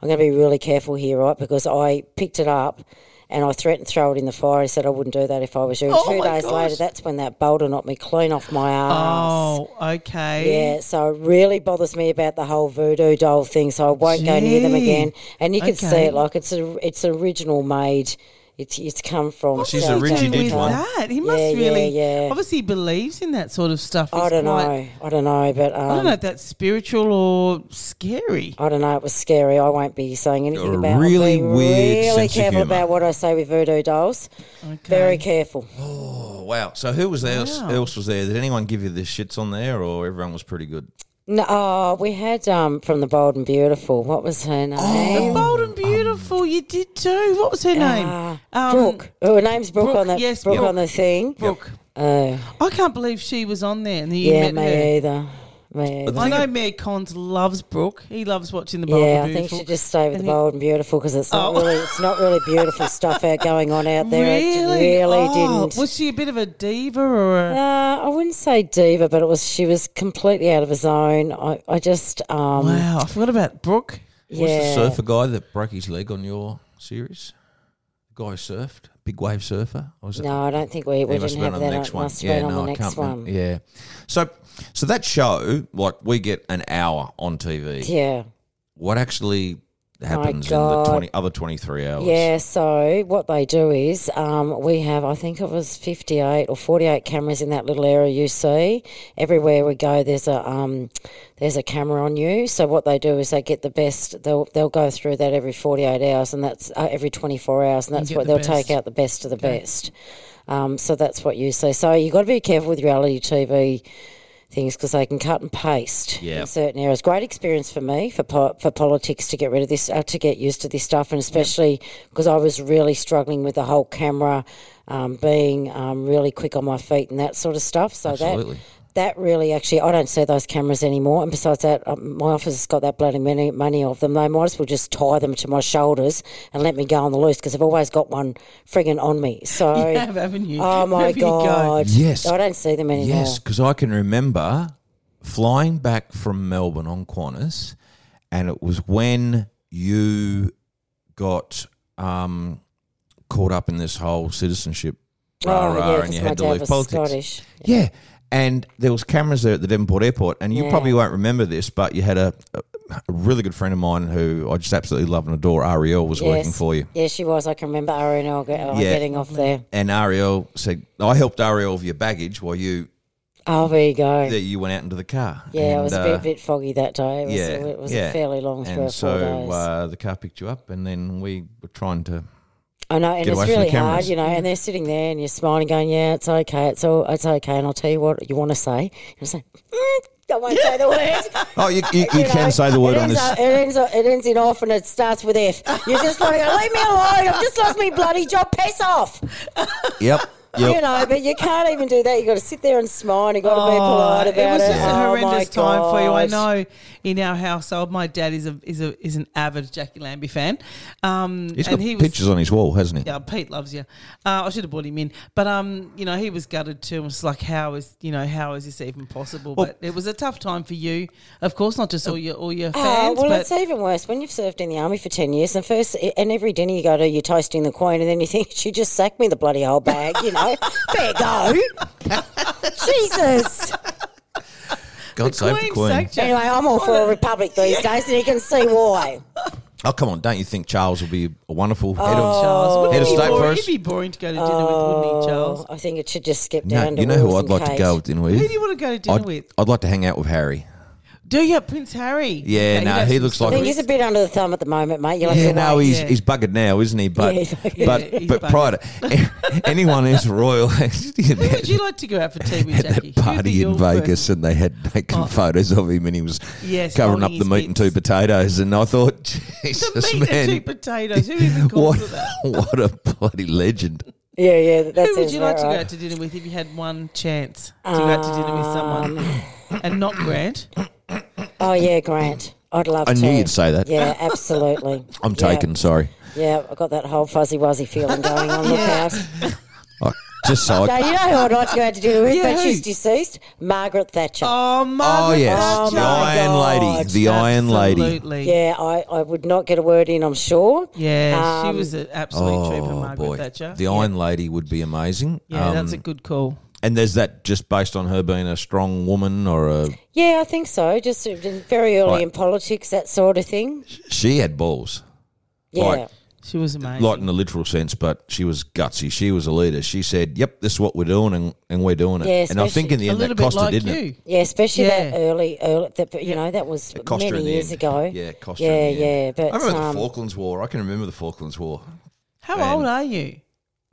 I'm going to be really careful here, right? Because I picked it up. And I threatened to throw it in the fire. I said I wouldn't do that if I was you. And Oh Two my days later, gosh. that's when that boulder knocked me clean off my arse. Oh, okay. Yeah, so it really bothers me about the whole voodoo doll thing. So I won't go near them Gee. again. And you can see Okay. it like it's a, it's original made. It's it's come from. She's South a Richie Africa. did with one. that, he must Yeah, yeah, really. yeah. Obviously, he believes in that sort of stuff. I It's don't quite- know. I don't know, but um, I don't know if that's spiritual or scary. It was scary. I won't be saying anything Got a about. really i weird Really sense of careful humour. about what I say with voodoo dolls. Okay. Very careful. Oh, wow. So who was there? Else, Wow. else was there? Did anyone give you the shits on there, or everyone was pretty good? No, oh, we had um from the Bold and Beautiful. What was her name? Oh, The bold Um, and beautiful, you did too. What was her name? Ah, Um, Brooke. Oh, her name's Brooke, Brooke, on the yes, Brooke Brooke. on the thing. Brooke. Oh, I can't believe she was on there and you yeah, met me her. either. Me either. I know Mayor Cons loves Brooke. He loves watching the Bold Yeah, and I think Beautiful. she just stay with the And he- bold and beautiful because it's not Oh. really it's not really beautiful stuff out going on out there. really, It really Oh, didn't. Was she a bit of a diva or? uh, A, I wouldn't say diva, but it was she was completely out of her zone. I, I just um wow, I forgot about Brooke. Was yeah the surfer guy that broke his leg on your series? The guy who surfed, big wave surfer. Or was it- no, I don't think we, we He must didn't have been have on the that. next It one. must have Yeah, been on no, the I next can't. one. remember. Yeah. So, so that show, like, we get an hour on TV. Yeah. What actually happens in the God. twenty other twenty three hours? Yeah, so what they do is um, we have, I think it was 58 or 48 cameras in that little area you see. Everywhere we go, there's a um, there's a camera on you. So what they do is they get the best. They'll they'll go through that every 48 hours, and that's uh, every 24 hours, and that's get what the they'll take best. out the best of the best. Um, so that's what you see. So you've got to be careful with reality TV things because they can cut and paste Yeah. in certain areas. Great experience for me for po- for politics to get rid of this, uh, to get used to this stuff, and especially because I was really struggling with the whole camera um, being um, really quick on my feet and that sort of stuff. So Absolutely. that. That really, actually, I don't see those cameras anymore. And besides that, um, my office has got that bloody many money of them. They might as well just tie them to my shoulders and let me go on the loose because I've always got one frigging on me. So, You have, haven't you? oh my Wherever you go. god, Yes. I don't see them anymore. Yes, because I can remember flying back from Melbourne on Qantas, and it was when you got um, caught up in this whole citizenship rah Oh, rah, yeah, and you 'cause my had to dad leave was politics. Scottish. Yeah, and there was cameras there at the Devonport Airport, and you Yeah. probably won't remember this, but you had a, a really good friend of mine who I just absolutely love and adore. Ariel was working Yes. for you. Yeah, she was. I can remember Ariel uh, Yeah. getting off there. And Ariel said, "Oh, "I helped Ariel with your baggage while you Oh, there you go. that you went out into the car." yeah, and, it was a uh, bit, bit foggy that day. It was, yeah, it was yeah. a fairly long three or four and so days. uh, the car picked you up, and then we were trying to. I know, and get it's away from the really hard, cameras. you know. And they're sitting there, and you're smiling, going, "Yeah, it's okay. It's all, it's okay." And I'll tell you what you want to say. You say, mm, "I won't say the word." Oh, you, you, you know, can say the word it on ends this. up- it, ends up, it ends in off and it starts with F. You just want to go, leave me alone. I've just lost my bloody job. Piss off. Yep. You Yep. know, but you can't even do that. You've got to sit there and smile and you've got to be polite about it. Oh, it was just a Oh, my horrendous time for you. I gosh. know. In our household, my dad is a is a is an avid Jackie Lambie fan. Um, He's got and he was pictures on his wall, hasn't he? yeah, Pete loves you. Uh, I should have brought him in, but um, you know, he was gutted too. and was like, how is you know how is this even possible? Well- but it was a tough time for you, of course, not just all your all your Oh, fans. well, but it's even worse when you've served in the army for ten years. And first, and every dinner you go to, you're toasting the queen, and then you think she just sacked me the bloody whole bag. You know, fair go. Jesus. God save the Queen Queen. sacked you. Anyway, I'm all for a republic these days, and you can see why. Oh, come on. Don't you think Charles will be a wonderful head of. Charles, uh, wouldn't Head it of be state boring? first. It'd be boring to go to dinner with, wouldn't he, Charles? Oh, I think it should just skip No, down. to you know who Wills I'd and like to Kate. go with dinner with? Who do you want to go to dinner I'd, with? I'd like to hang out with Harry. Do you, Prince Harry? Yeah, Okay, no, that's he looks some like- I think stories. he's a bit under the thumb at the moment, mate. You'll have Yeah, to no, wait. he's Yeah. he's buggered now, isn't he? But Yeah, he's buggered. Yeah, but he's but prior to anyone who's royal, you know, Who would you like to go out for tea with, had Jackie? that Who'd be party in your Vegas, and they had taken Oh. photos of him, and he was Yes, covering holding up the his meat and two bits. potatoes, and I thought, first? Jesus, The meat and man, two potatoes. Who even calls what it that? what a bloody legend! Yeah, yeah, that- that Who would sounds you about like to go right. out to dinner with if you had one chance to go out to dinner with someone Um, and not Grant? Oh yeah, Grant. I'd love I to. knew you'd say that. Yeah, absolutely. I'm Yeah. taken. Sorry, Yeah, I've got that whole fuzzy wuzzy feeling going on. Look out. I, Oh, just so Now, I, you know who I'd like to go out to dinner with, Yeah, but who? she's deceased? Margaret Thatcher. Oh, oh Margaret yes, Thatcher. the Iron Lady, the Iron Lady. Absolutely. Yeah, I, I would not get a word in, I'm sure. Yeah, Um, she was an absolute trooper, Oh Margaret boy, Thatcher. the Iron Lady would be amazing. yeah, Um, that's a good call. And there's that just based on her being a strong woman or a. Yeah, I think so. Just uh, very early Right. in politics, that sort of thing. She had balls. Yeah. Like, She was amazing. like in the literal sense, but she was gutsy. She was a leader. She said, "Yep, this is what we're doing, and, and we're doing it." Yeah, and I think in the a end that little bit cost her, like didn't you. it? Yeah, especially that Yeah. early, early that, you know, that was It cost her many in the years end. ago. Yeah, it cost her. yeah, in the end. yeah. But I remember um, the Falklands War. I can remember the Falklands War. How And- old are you?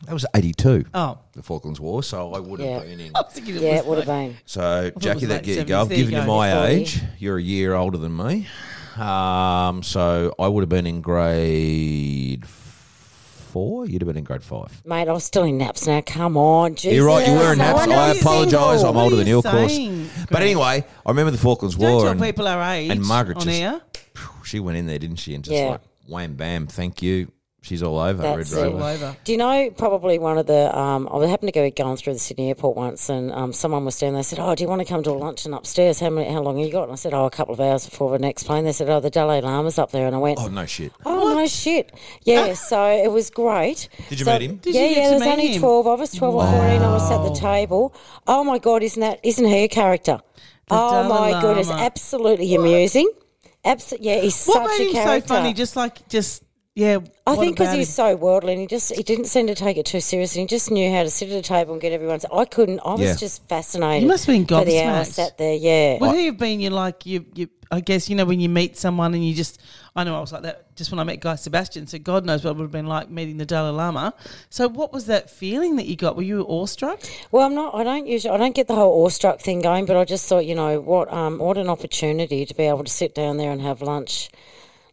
That was eighty-two. Oh, The Falklands War. So I would have Yeah. been in. I was thinking it yeah, was it would have like- been. So was Jackie, that late get you 70s. go. I've There you given you go. my Forty. age. You're a year older than me. Um, so I would have been in grade four. You'd have been in grade five. Mate, I was still in naps now. Come on, Jesus. You're right. You were in No naps. wonder I you're apologise. single. I'm What older are than you you, of course. saying, But Grant? anyway, I remember the Falklands Don't War, tell and, people our age and Margaret on just- air. she went in there, didn't she? And just Yeah. like wham, bam, thank you. She's all over That's Red it. Rover. All over. Do you know probably one of the? Um, I happened to go going through the Sydney airport once, and um, someone was down. They said, "Oh, do you want to come to a luncheon upstairs? How many? How long have you got?" And I said, "Oh, a couple of hours before the next plane." They said, "Oh, the Dalai Lama's up there," and I went. Oh no shit! Oh no shit! Yeah, so it was great. Did you So- meet him? Did yeah, you get yeah. to There's meet only him? twelve of us, twelve or fourteen of us at the table. Oh my god, isn't that isn't he a character? oh Dalai my goodness, Lama. absolutely amusing. Absolutely, yeah, he's What such made a him character. so funny? Just like, just yeah. I what think because about he was him? so worldly and he just he didn't seem to take it too seriously. He just knew how to sit at a table and get everyone's. I couldn't. I was Yeah. just fascinated. You must have been for the hour I gobsmacked. sat there. Yeah. Would he have been you like you you I guess you know when you meet someone and you just I know I was like that just when I met Guy Sebastian, so God knows what it would have been like meeting the Dalai Lama. So what was that feeling that you got? Were you awestruck? Well, I'm not. I don't usually. I don't get the whole awestruck thing going, but I just thought, you know, what? Um, what an opportunity to be able to sit down there and have lunch,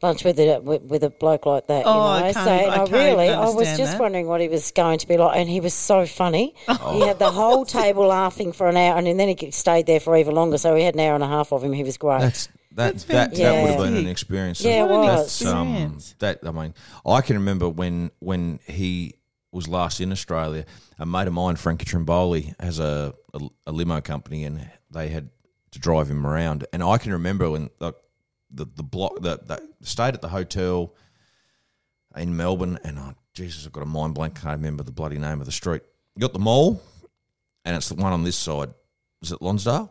lunch with a with, with a bloke like that. Oh, I you know? can't so even- and I I can't really, even I was understand just that. Oh. wondering what he was going to be like, and he was so funny. He had the whole table laughing for an hour, and then he stayed there for even longer. So we had an hour and a half of him. He was great. That's that That's that, that would have been an fantastic. experience. Yeah, it That's, um, was. Experience. that I mean, I can remember when when he was last in Australia. A mate of mine, Frankie Trimboli, has a, a, a limo company, and they had to drive him around. And I can remember when like the the block the, the stayed at the hotel in Melbourne, and I, Jesus, I've got a mind blank. Can't remember the bloody name of the street. You got the mall, and it's the one on this side. Is it Lonsdale? Um,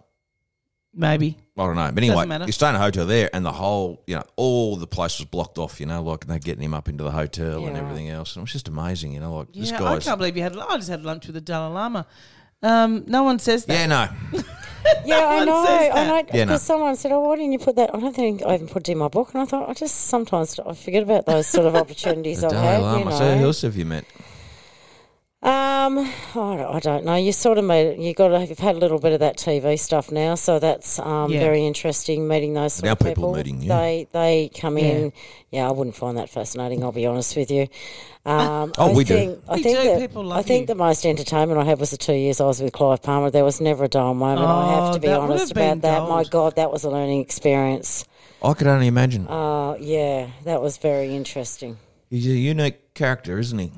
Maybe. I don't know. But anyway, matter. you're staying in a hotel there, and the whole, you know, all the place was blocked off, you know, like and they're getting him up into the hotel and Yeah. everything else. And it was just amazing, you know, like this Yeah, I guy's. can't believe you had I just had lunch with the Dalai Lama. Um, no one says that. Yeah, no. Yeah, I Everyone know. says I know. that. Yeah, Because no. someone said, "Oh, why didn't you put that?" I don't think I even put it in my book, and I thought I just sometimes I forget about those sort of opportunities The I've Dalai had. Lama. You know. So who else have you met? Um, I don't, I don't know. You sort of made it. You got. to You've had a little bit of that TV stuff now, so that's um, Yeah. very interesting. Meeting those sort Now of people people. meeting you. They they come Yeah. in. Yeah, I wouldn't find that fascinating. I'll be honest with you. Um, Oh, I we do. think, I We think do. The, People I love think you. the most entertainment I had was the two years I was with Clive Palmer. There was never a dull moment. I have Oh, to be that would honest have been about that. My gold. God, that was a learning experience. I could only imagine. Uh, yeah, that was very interesting. He's a unique character, isn't he?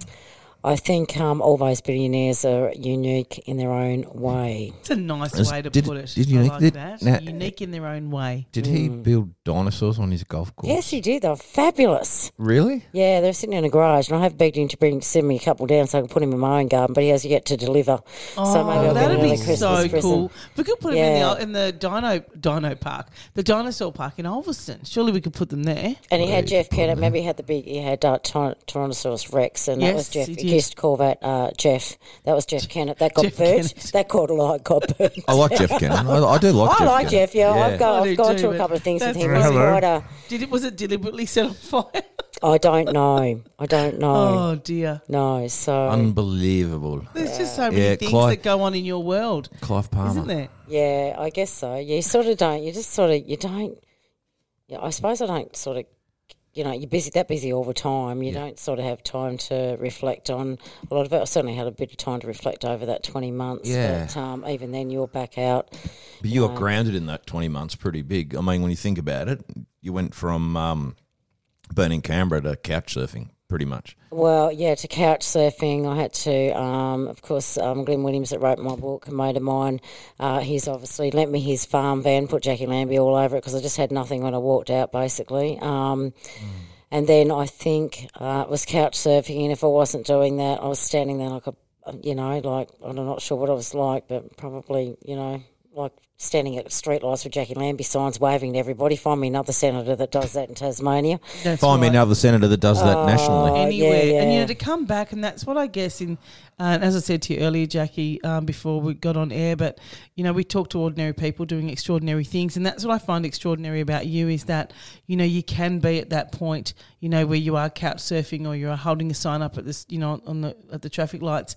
I think um, all those billionaires are unique in their own way. It's a nice It's- way to did- put it. did I you- like did- that. now- Unique in their own way. Did he build dinosaurs on his golf course? Mm. Yes, you did. They're fabulous. Really? Yeah, they're sitting in a garage, and I have begged him to bring send me a couple down so I can put him in my own garden, but he has yet to deliver. so maybe Oh, I'll get that'd another be Christmas so present. cool. We could put Yeah. them in the in the dino dino park, the dinosaur park in Ulverston. Surely we could put them there. And he had Jeff Kennett. Maybe he had the big. He had uh, Tyr- Tyrannosaurus Rex, and that was Yes, Jeff he did. used to call that uh, Jeff. That was Jeff Kennett. That got Jeff burnt. Kennett. That caught a lot. Got burnt. I like Jeff Cannon. I, I do like I Jeff like Cannon. Jeff. Yeah, I've, I go, do I've gone too, to a but couple of things with that's him. He's funny. quite a, Did it was it deliberately set on fire? I don't know. I don't know. Oh dear. No. So Unbelievable. There's just so many Yeah, things Clive- that go on in your world, Clive Palmer. isn't there? yeah, I guess so. Yeah, you sort of don't. You just sort of you don't. Yeah, I suppose I don't sort of. You know, you're busy that busy all the time. You don't sort of have time to reflect on a lot of it. I certainly had a bit of time to reflect over that twenty months. Yeah. But um, even then, you're back out. But you got grounded in that 20 months pretty big. I mean, when you think about it, you went from um, burning Canberra to couch surfing pretty much. Well, yeah, to couch surfing, I had to, um, of course, um, Glenn Williams that wrote my book, a mate of mine, uh, he's obviously lent me his farm van, put Jackie Lambie all over it because I just had nothing when I walked out, basically. Um, And then I think uh, it was couch surfing, and if I wasn't doing that, I was standing there like a, you know, like I'm not sure what I was like, but probably, you know, like standing at streetlights with Jackie Lambie signs, waving to everybody. Find me another senator that does that in Tasmania. That's Find me right. Oh. another senator that does that nationally. anywhere. And you yeah. know, to come back, and that's what I guess. In uh, and as I said to you earlier, Jackie, um, before we got on air, but you know, we talk to ordinary people doing extraordinary things, and that's what I find extraordinary about you is that you know you can be at that point, you know, where you are couch surfing or you're holding a sign up at this, you know, on the at the traffic lights.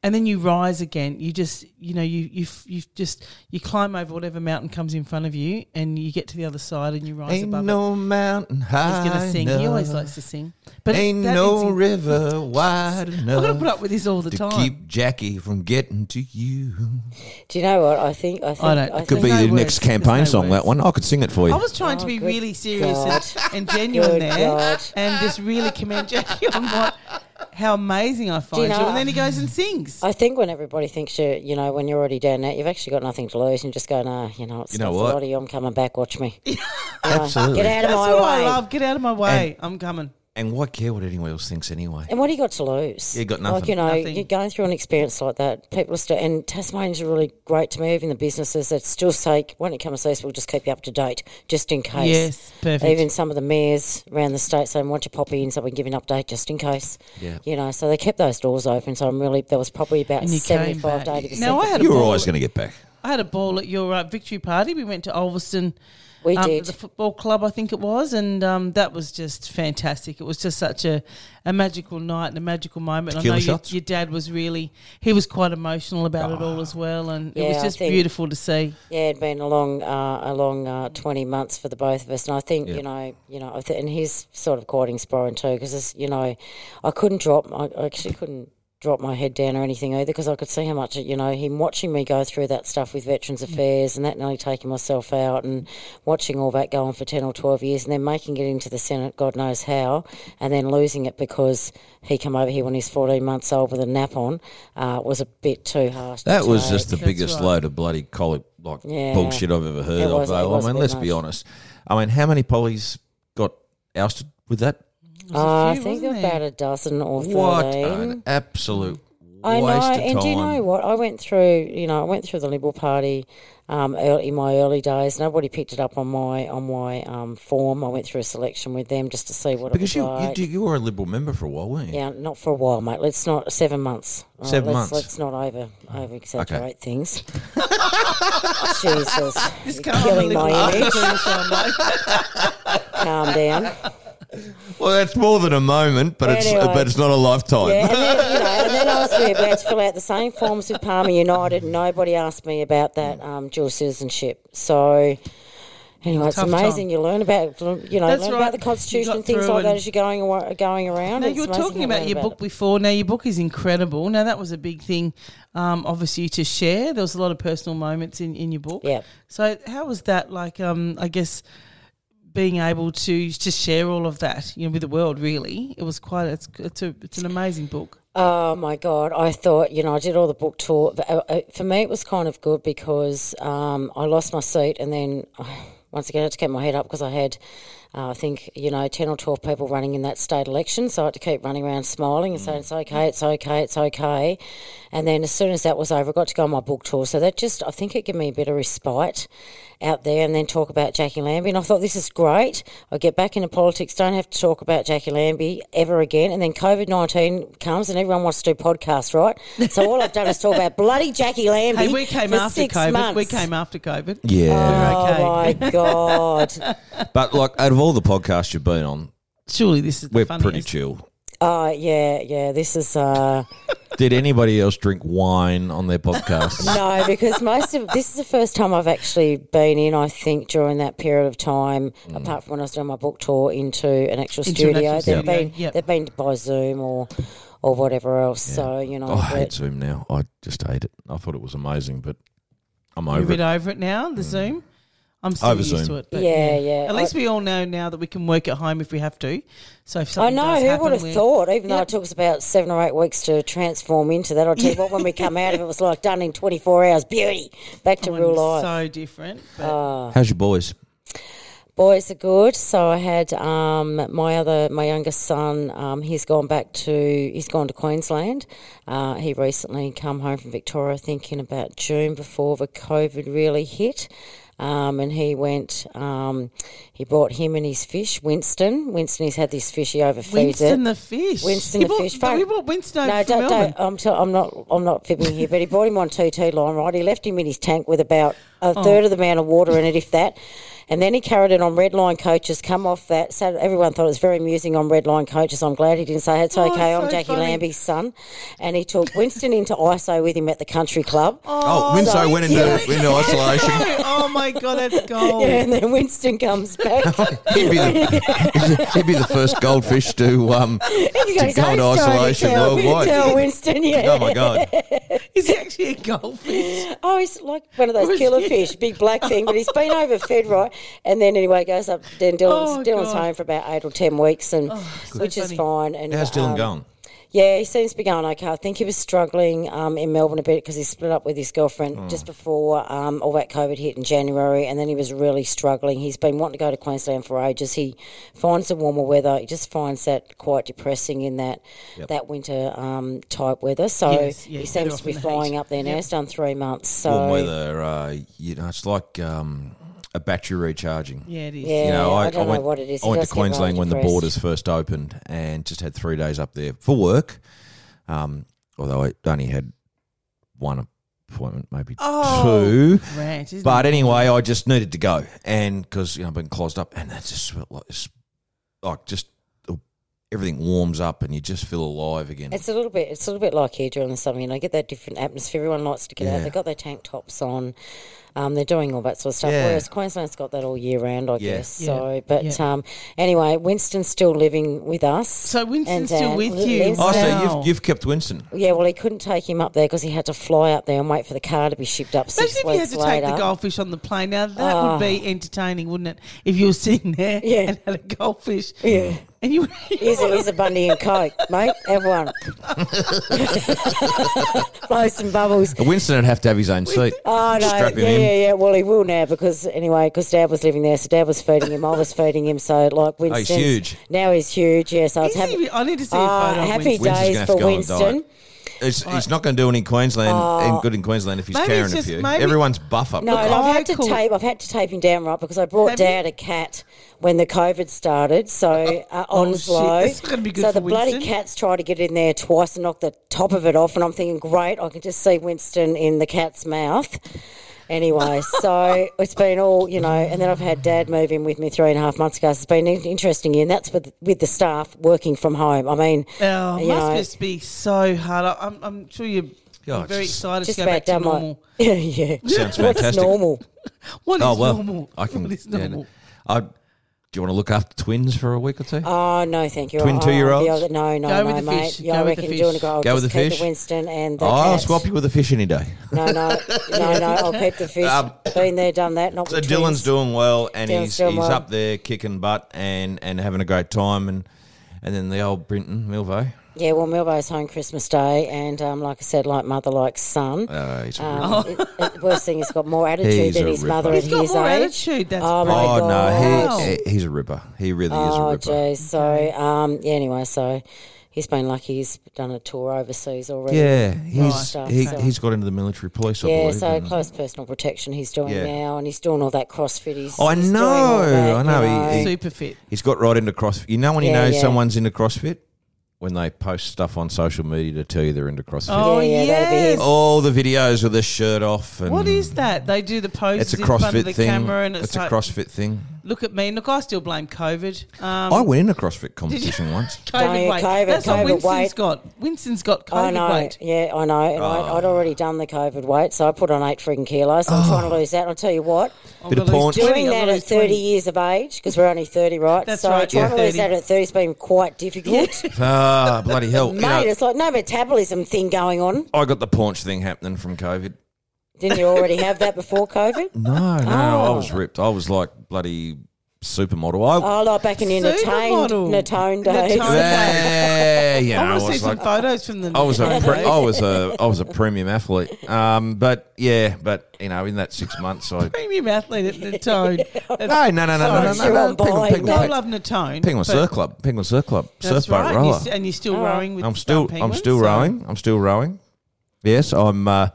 And then you rise again. You just, you know, you you f- you just you climb over whatever mountain comes in front of you, and you get to the other side, and you rise Ain't above it. no mountain high. He's going to sing. He always enough. likes to sing. But Ain't that is no in- river wide I've enough. got to put up with this all the to time. keep Jackie from getting to you. Do you know what? I think I think I don't- I Could Could think- be no the next words. campaign There's no song, that words. one. I could sing it for you. I was trying to Oh, be good really serious God. and, and genuine Good there, God. and just really commend Jackie on what how amazing I find you, know- and then he goes and sings. I think when everybody thinks you, you know, when you're already down out, you've actually got nothing to lose, and you just go, nah, you know, it's You know not what? for lot of you. I'm coming back. Watch me. You know, Absolutely. Get out of That's my what I way. love. Get out of my way. I'm coming. And why care what anyone else thinks anyway? And what do you got to lose? You got Like nothing. you know, Nothing. you're going through an experience like that. People are still, and Tasmanians are really great to me. Even the businesses that still say, when it comes to this, we'll just keep you up to date, just in case. Yes, perfect. Even some of the mayors around the state saying, "Why don't you pop in so we can give you an update, just in case." Yeah. You know, so they kept those doors open. So I'm really there was probably about And you came seventy-five back. to eighty percent. Now I had a You were ball. always going to get back. I had a ball at your uh, victory party. We went to Ulverston. We um, did. the football club, I think it was, and um, that was just fantastic. It was just such a, a magical night and a magical moment. I Tequila know your, shots? Ah. your dad was really he was quite emotional about it all as well, and it Yeah, was I just think- beautiful to see. Yeah, it'd been a long, uh, a long uh, twenty months for the both of us, and I think you know, you know, I th- and he's sort of quite inspiring too because you know, I couldn't drop, I I actually couldn't drop my head down or anything either because I could see how much you know him watching me go through that stuff with Veterans Affairs and that nearly taking myself out and watching all that go on for ten or twelve years and then making it into the Senate, God knows how, and then losing it because he come over here when he's fourteen months old with a nap on uh, was a bit too harsh. to That was take. just the biggest right. load of bloody colic like Yeah. bullshit I've ever heard It of. was- it Though I was a mean, bit let's be much. honest. I mean, how many pollies got ousted with that? It was a Uh, I few, think wasn't there? about a dozen or What thirteen. an absolute I know, waste of and time! do you know what? I went through, you know, I went through the Liberal Party um, early, in my early days. Nobody picked it up on my on my um, form. I went through a selection with them just to see what because it you, was like. you do- you were a liberal member for a while, weren't you? Yeah, not for a while, mate. Let's not seven months. All right, Seven let's, months. Let's not over over exaggerate things. Jesus, This you're can't killing be my living image. up to sound like. Calm down. Well, that's more than a moment, but it's Anyway. but it's not a lifetime. Yeah, and then, you know, and then I was really about to fill out the same forms with Palmer United, and nobody asked me about that um, dual citizenship. So. Anyway, it's Tough amazing. time. You learn about you know That's learn right. about the constitution You got and things through like that and- as you're going awa- going around. Now It's you were amazing talking how about you your learn book about before. Now your book is incredible. Now that was a big thing, um, obviously to share. There was a lot of personal moments in, in your book. Yeah. So how was that like? Um, I guess being able to to share all of that, you know, with the world. Really, it was quite. It's it's, a, it's an amazing book. it. Oh my god! I thought you know I did all the book tour. But, uh, uh, For me, it was kind of good because um, I lost my seat, and then once again I had to keep my head up because I had uh, I think, you know, 10 or 12 people running in that state election. So I had to keep running around smiling and saying, it's okay, it's okay, it's okay. And then as soon as that was over, I got to go on my book tour. So that just, I think it gave me a bit of respite out there and then talk about Jackie Lambie. And I thought, this is great. I get back into politics, don't have to talk about Jackie Lambie ever again. And then COVID 19 comes and everyone wants to do podcasts, right? So all I've done is talk about bloody Jackie Lambie. Hey, we came for after six COVID. Months. We came after COVID. Yeah. Oh Okay. my god! But like out of all the podcasts you've been on, Surely this is the we're funniest. pretty chill. Oh yeah, yeah. This is uh, Did anybody else drink wine on their podcast? no because most of this is the first time I've actually been in. I think during that period of time, Mm. apart from when I was doing my book tour into an actual Into an studio, actual they've studio, been yep. they've been by Zoom or or whatever else. So you know, Oh, I hate but- Zoom now. I just hate it. I thought it was amazing, but I'm You're a over bit it. over it now. The Zoom. I'm still Over used Zoom. to it. but Yeah, yeah. At least we all know now that we can work at home if we have to. So if I something know. does Who happen, would have we're- thought? Even though Yep. it took us about seven or eight weeks to transform into that, I tell you what, when we come out of it, it was like done in twenty four hours. Beauty, back to Everyone's real life. Oh, So different. But How's your boys? Boys are good. So I had um, my other, my youngest son. Um, he's gone back to, he's gone to Queensland. Uh, he recently come home from Victoria, I think in about June before the COVID really hit. Um, and he went. Um, he bought him and his fish, Winston. Winston, he's had this fish. He overfeeds it. Winston the fish. Winston He the bought- fish. No, Fine. we bought Winston No, from don't, Melbourne. don't. I'm, t- I'm not. I'm not fibbing here. But he brought him on TT line, right? He left him in his tank with about a Oh. third of the amount of water in it, if that. And then he carried it on red line coaches. Come off that. So everyone thought it was very amusing on red line coaches. I'm glad he didn't say it's Oh, it's okay. I'm so Jackie funny. Lambie's son, and he took Winston into ISO with him at the country club. Oh, Winslow sorry. went into, Yeah. into isolation. oh my god, that's gold. Yeah, and then Winston comes back. He'd be, the, he'd be the first goldfish to. Um, He goes, go "I'm into sorry to isolation tell- worldwide." Tell Winston, yeah. oh my god! Is he actually a goldfish? Oh, he's like one of those Was killer he? fish, big black thing, but he's been overfed, right? And then anyway, goes up. Then Dylan's, Oh, Dylan's God. Oh, home for about eight or ten weeks, and so which is funny. fine. And How's Dylan um, going? Yeah, he seems to be going okay. I think he was struggling um, in Melbourne a bit because he split up with his girlfriend Hmm. just before um, all that COVID hit in January, and then he was really struggling. He's been wanting to go to Queensland for ages. He finds the warmer weather. He just finds that quite depressing in that that winter um, type weather. So Yes, yeah, he he's better seems off to be in the flying heat. up there now. He's done three months. So Warm weather. Uh, you know, it's like um, a battery recharging. Yeah, it is. Yeah. You know, I, I don't know went, what it is. I It went to does get really Queensland when the depressed. borders first opened and just had three days up there for work. Um, although I only had one appointment, maybe Oh. two. Rant, isn't But it? anyway, I just needed to go, and because you know I've been closed up, and that's just felt like, it's- like just everything warms up, and you just feel alive again. It's a little bit. It's a little bit like here during the summer. You know, get that different atmosphere. Everyone likes to get out. Yeah. They've got their tank tops on. Um, they're doing all that sort of stuff. Yeah. Whereas Queensland's got that all year round, I Yeah. guess. Yeah. So, but Yeah. um, anyway, Winston's still living with us. So Winston's And still Dan- with Li- you? Lindsay- oh, so Wow. you've you've kept Winston. yeah, well, he couldn't take him up there because he had to fly up there and wait for the car to be shipped up six Especially if you had weeks to later. Oh. take the goldfish on the plane. Now that would be entertaining, wouldn't it? If you were sitting there Yeah. and had a goldfish, Yeah. and you, Here's a, here's a Bundy and Coke, mate. Have one. Blow some bubbles. Winston would have to have his own seat. Oh no! Strap him yeah, in. yeah, yeah. Well, he will now because anyway, because Dad was living there, so Dad was feeding him. I was feeding him. So like Winston, Oh, huge. Now he's huge. Yes, I was Is he happy. re- I need to see a Ah, photo. of happy Winston. Winston's gonna days have to for go on a Winston. Oh. diet. It's, he's not going to do any Queensland and good in Queensland if he's Maybe it's carrying just- a few. maybe- Everyone's buff up. No, there. and I've I had to call- tape. I've had to tape him down right because I brought Have you? Dad a cat when the COVID started. So uh, on Oh, shit. slow. This is gonna be good so for the bloody Winston. cat's tried to get in there twice and knock the top of it off, and I'm thinking, great, I can just see Winston in the cat's mouth. Anyway, so it's been all you know, and then I've had Dad move in with me three and a half months ago. So it's been in- interesting, and that's with with the staff working from home. I mean, Oh, you must know, just be so hard. I- I'm, I'm sure you're, you're God, very just- excited just to go back about to done normal. my yeah, yeah. Sounds What's fantastic. normal? What is oh well, normal? I can. What is yeah, normal? I, do you want to look after twins for a week or two? Oh no, thank you. Twin Oh, two-year-olds? the other- No, no, Go no, with the mate. fish. Yeah, Go I with the reckon doing a fish. go. I'll Go with just the keep fish. The Winston and the Oh, I'll cats. swap you with a fish any day. No, no, no, no. I'll keep the fish. Um, Been there, done that. Not So with Dylan's twins. doing well, and Dylan's he's doing he's well. up there kicking butt and and having a great time, and and then the old Brinton Milvo. Yeah, well, Melbo's home Christmas Day, and um, like I said, like mother, like son. Uh, Oh, he's a ripper. Um, it- it- worst thing, he's got more attitude He's than a his ripper. mother He's at got his more age. attitude, that's oh my oh god! no, he, he's a ripper. He really is a oh ripper. geez, so um, yeah. Anyway, so he's been lucky. He's done a tour overseas already. Yeah, he's Right. he, So- he's got into the military police. I Yeah, believe. so and- close personal protection he's doing Yeah. now, and he's doing all that CrossFit. He's, I he's doing know, all that, I know, you he- he- Super fit. He's got right into CrossFit. You know when you Yeah, know yeah. someone's into CrossFit when they post stuff on social media to tell you they're into CrossFit. Oh, yeah, that'd be yes. his. All the videos with the shirt off and What is that? They do the pose It's a in front of CrossFit the thing. camera, and it's, it's like, a CrossFit thing. look at me. Look, I still blame COVID. Um, I went in a CrossFit competition once. COVID No, weight. COVID, That's what COVID Winston's weight. got. Winston's got I COVID know, weight. yeah, I know. And Ah. I, I'd already done the COVID weight, so I put on eight freaking kilos. So I'm trying to Ah. lose that. And I'll tell you what, I'm Bit of gonna paunch. lose 20, doing I'm that gonna at lose 30 20. years of age, because we're only 30, right? That's so right, trying yeah. to lose 30. that at 30 has been quite difficult. ah, bloody hell! You know, Mate, it's like no metabolism thing going on. I got the paunch thing happening from COVID. Didn't you already have that before COVID? No, no, I Oh. was ripped. I was like bloody supermodel. I, Oh, like back in your Natone, Supermodel. Natone days. Natone. yeah, you know, I I want to see was some like photos from the. I was a Natone pre- oh. days. I was a I was a premium athlete. Um, but yeah, but you know, in that six months, I premium athlete at Natone. That's- no no no no no no, Sorry, no, Penguin, you're Penguin, on board. I Penguin, love Natone. Penguin but Surf Club, Penguin Surf Club, That's surf boat right. and you rower. s- and you're still All right. rowing with. I'm still Penguins, I'm still so- rowing. I'm still rowing. Yes, I'm. Uh,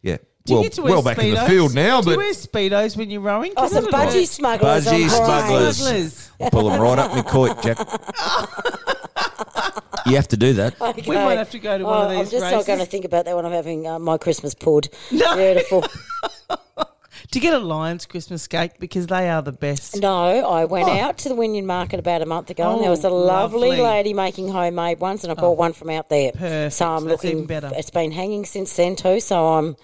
yeah, Do you well, get to wear well back in the Speedos? field now, Do you but wear speedos when you're rowing? Oh, 'Cause some that'll budgie work. smugglers. I'm Budgie crying. smugglers. smugglers. pull them right up my coit, Jack. you have to do that. We Okay. might have to go to one of Oh, these I'm just races not going to think about that when I'm having uh, my Christmas pulled. No. Beautiful. to get a Lions Christmas cake because they are the best. No, I went out to the Wynion Market about a month ago, and there was a Oh, lovely, lovely. Oh. lady making homemade ones, and I bought one from out there. Perfect. So I'm That's looking. even better. It's been hanging since then too, so I'm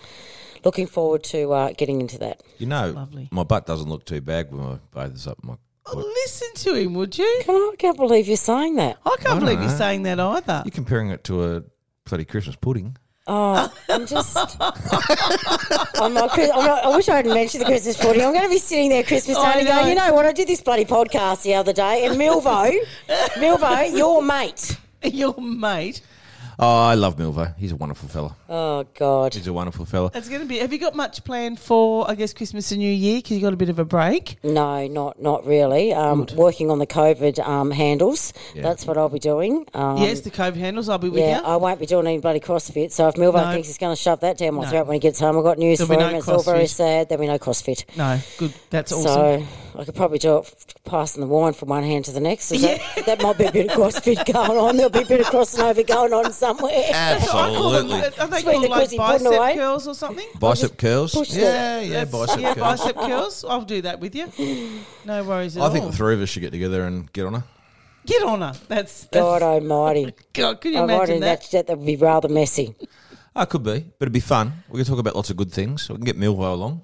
looking forward to uh, getting into that. You know, Lovely. my butt doesn't look too bad when I bathes up my. coit. Listen to him, would you? Can I I can't believe you're saying that. I can't believe know. you're saying that either. You're comparing it to a bloody Christmas pudding. Oh, I'm just. I'm not, Chris- I'm not, I wish I hadn't mentioned the Christmas party. I'm going to be sitting there Christmas I Day and know. go, you know what? I did this bloody podcast the other day, and Milvo, Milvo, your mate. Your mate. Oh, I love Milvo. He's a wonderful fella. Oh, God. He's a wonderful fella. It's going to be. Have you got much planned for? I guess Christmas and New Year because you got a bit of a break. No, not not really. Um, working on the COVID um, handles. That's what I'll be doing. Um, yes, the COVID handles. I'll be with Yeah, you. I won't be doing any bloody CrossFit. So if Milvo No. thinks he's going to shove that down my throat when he gets home, I've got news There'll for be him. no it's all very CrossFit. sad. There'll be no CrossFit. no, good. That's awesome. So I could probably do it f- passing the wine from one hand to the next. Is that, that might be a bit of CrossFit going on. There'll be a bit of crossing over going on somewhere. I call them, Oh, Absolutely. are they Swing the called like quizzy pudding bicep away. curls or something? Bicep curls. push Yeah, yeah, That's- bicep yeah, curls. bicep curls. I'll do that with you. No worries at I all. think the three of us should get together and get on her. Get on her. That's, that's God Almighty! God, Can you I imagine imagine that? that that would be rather messy. Oh, could be, but it'd be fun. We could talk about lots of good things. We can get Milvo along.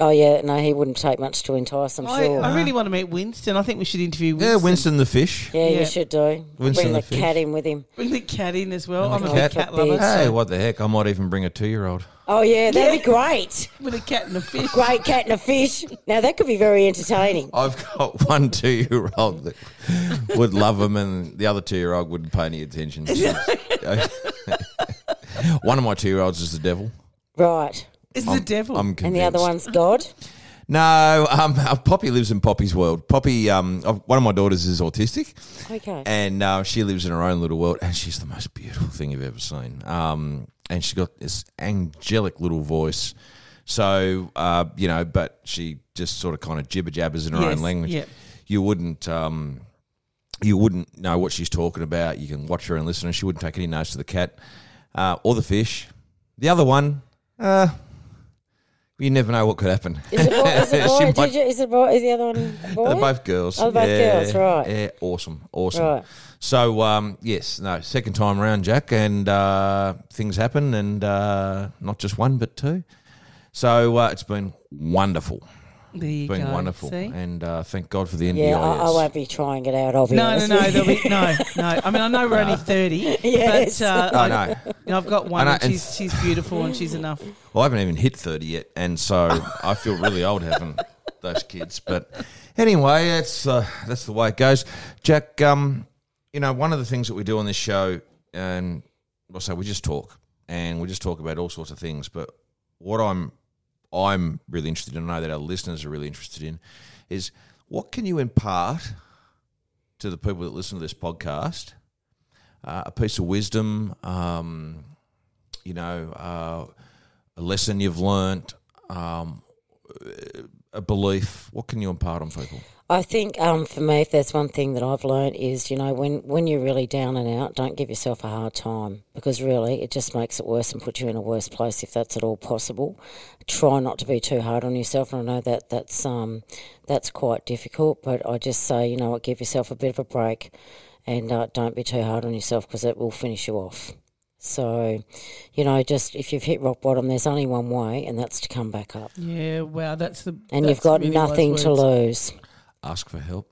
Oh yeah, no, he wouldn't take much to entice. I'm I, sure. I really want to meet Winston. I think we should interview Winston. Yeah, Winston the fish. yeah, yeah. you should do. Winston Bring the the, fish. cat in with him. Bring the cat in as well. I'm the a cat. big cat lover. Yeah. Hey, what the heck? I might even bring a two-year-old. Oh yeah, that'd be great. With a cat and a fish. Great cat and a fish. Now that could be very entertaining. I've got one two-year-old that would love him, and the other two-year-old wouldn't pay any attention. She's- uh, one of my two-year-olds is the devil. Right. It's the devil. I'm convinced. And the other one's God. No, um, Poppy lives in Poppy's world. Poppy, um, I've- one of my daughters is autistic, Okay. and uh, she lives in her own little world, and she's the most beautiful thing you've ever seen. Um, and she's got this angelic little voice. So, uh, you know, but she just sort of kind of jibber jabbers in her Yes, own language. yep. You wouldn't. Um, you wouldn't know what she's talking about. You can watch her and listen, and she wouldn't take any notes to the cat uh, or the fish. The other one, uh, you never know what could happen. Is it boy? Is it She boy? might- Did you, is it boy? Is the other one boy? they're both girls. Oh, they're both yeah, girls, right. Yeah, awesome, awesome. Right. So, um, yes, no, second time round, Jack, and uh, things happen, and uh, not just one, but two. So uh, it's been wonderful. there you It's been go. wonderful. See? And uh, thank God for the NBIS. Yeah, I, I won't be trying it out. I'll be No, no, honest no, with you. there'll be, no, no. I mean, I know we're only thirty, Yes. but uh, I I, know. you know, I've got one, I know, and and- she's she's beautiful, and she's enough. Well, I haven't even hit 30 yet, and so I feel really old having those kids. But anyway, that's, uh, that's the way it goes. Jack, um, you know, one of the things that we do on this show, and we'll say we just talk, and we just talk about all sorts of things. But what I'm I'm really interested in, I know that our listeners are really interested in, is what can you impart to the people that listen to this podcast? Uh, a piece of wisdom, um, you know, uh, a lesson you've learnt, um, a belief. What can you impart on people? I think um, for me, if there's one thing that I've learned is, you know, when, when you're really down and out, don't give yourself a hard time because really it just makes it worse and puts you in a worse place if that's at all possible. Try not to be too hard on yourself, and I know that that's um, that's quite difficult, but I just say, you know, what, give yourself a bit of a break, and uh, don't be too hard on yourself because it will finish you off. So, you know, just if you've hit rock bottom, there's only one way, and that's to come back up. Yeah, wow, that's the And that's you've got really wise nothing to words. lose. Ask for help.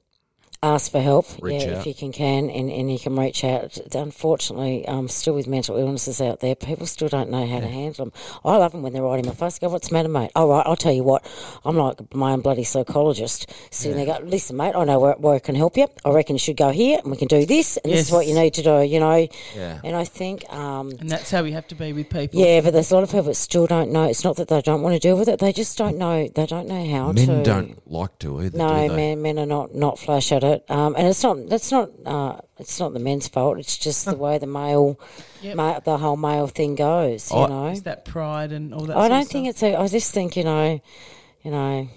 ask for help Reach yeah out. if you can can and, and you can reach out unfortunately um, still with mental illnesses out there people still don't know how to handle them i love them when they're right in my face go what's the matter mate all right i'll tell you what i'm like my own bloody psychologist sitting there go listen mate i know where, where i can help you i reckon you should go here and we can do this and this is what you Yes. need to do you know Yeah. and i think um, And that's how we have to be with people. yeah, but there's a lot of people that still don't know. It's not that they don't want to deal with it; they just don't know. They don't know how to. Men don't like to either. No, do they? men, men are not, not flash at it, um, and it's not that's not uh, it's not the men's fault. It's just the way the male, Yep. ma- the whole male thing goes. You I- know, It's that pride and all that. I sort of don't think stuff. it's. A, I just think you know, you know,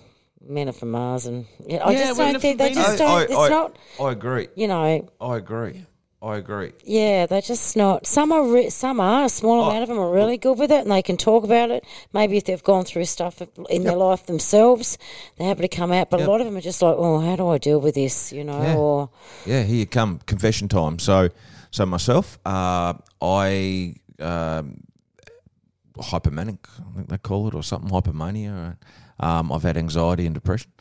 men are from Mars, and yeah, I Yeah, just women don't are think from they just Venus. don't. it's not I agree. you know. I agree. I agree. Yeah, they're just not. Some are. Re- some are. A small amount of them are really good with it, and they can talk about it. Maybe if they've gone through stuff in their life themselves, they're happy to come out. But Yep. a lot of them are just like, "Oh, how do I deal with this?" You know, Yeah. or Yeah, here you come. Confession time. So, so myself, uh, I um, hypomanic. I think they call it, or something hypomania. Um, I've had anxiety and depression,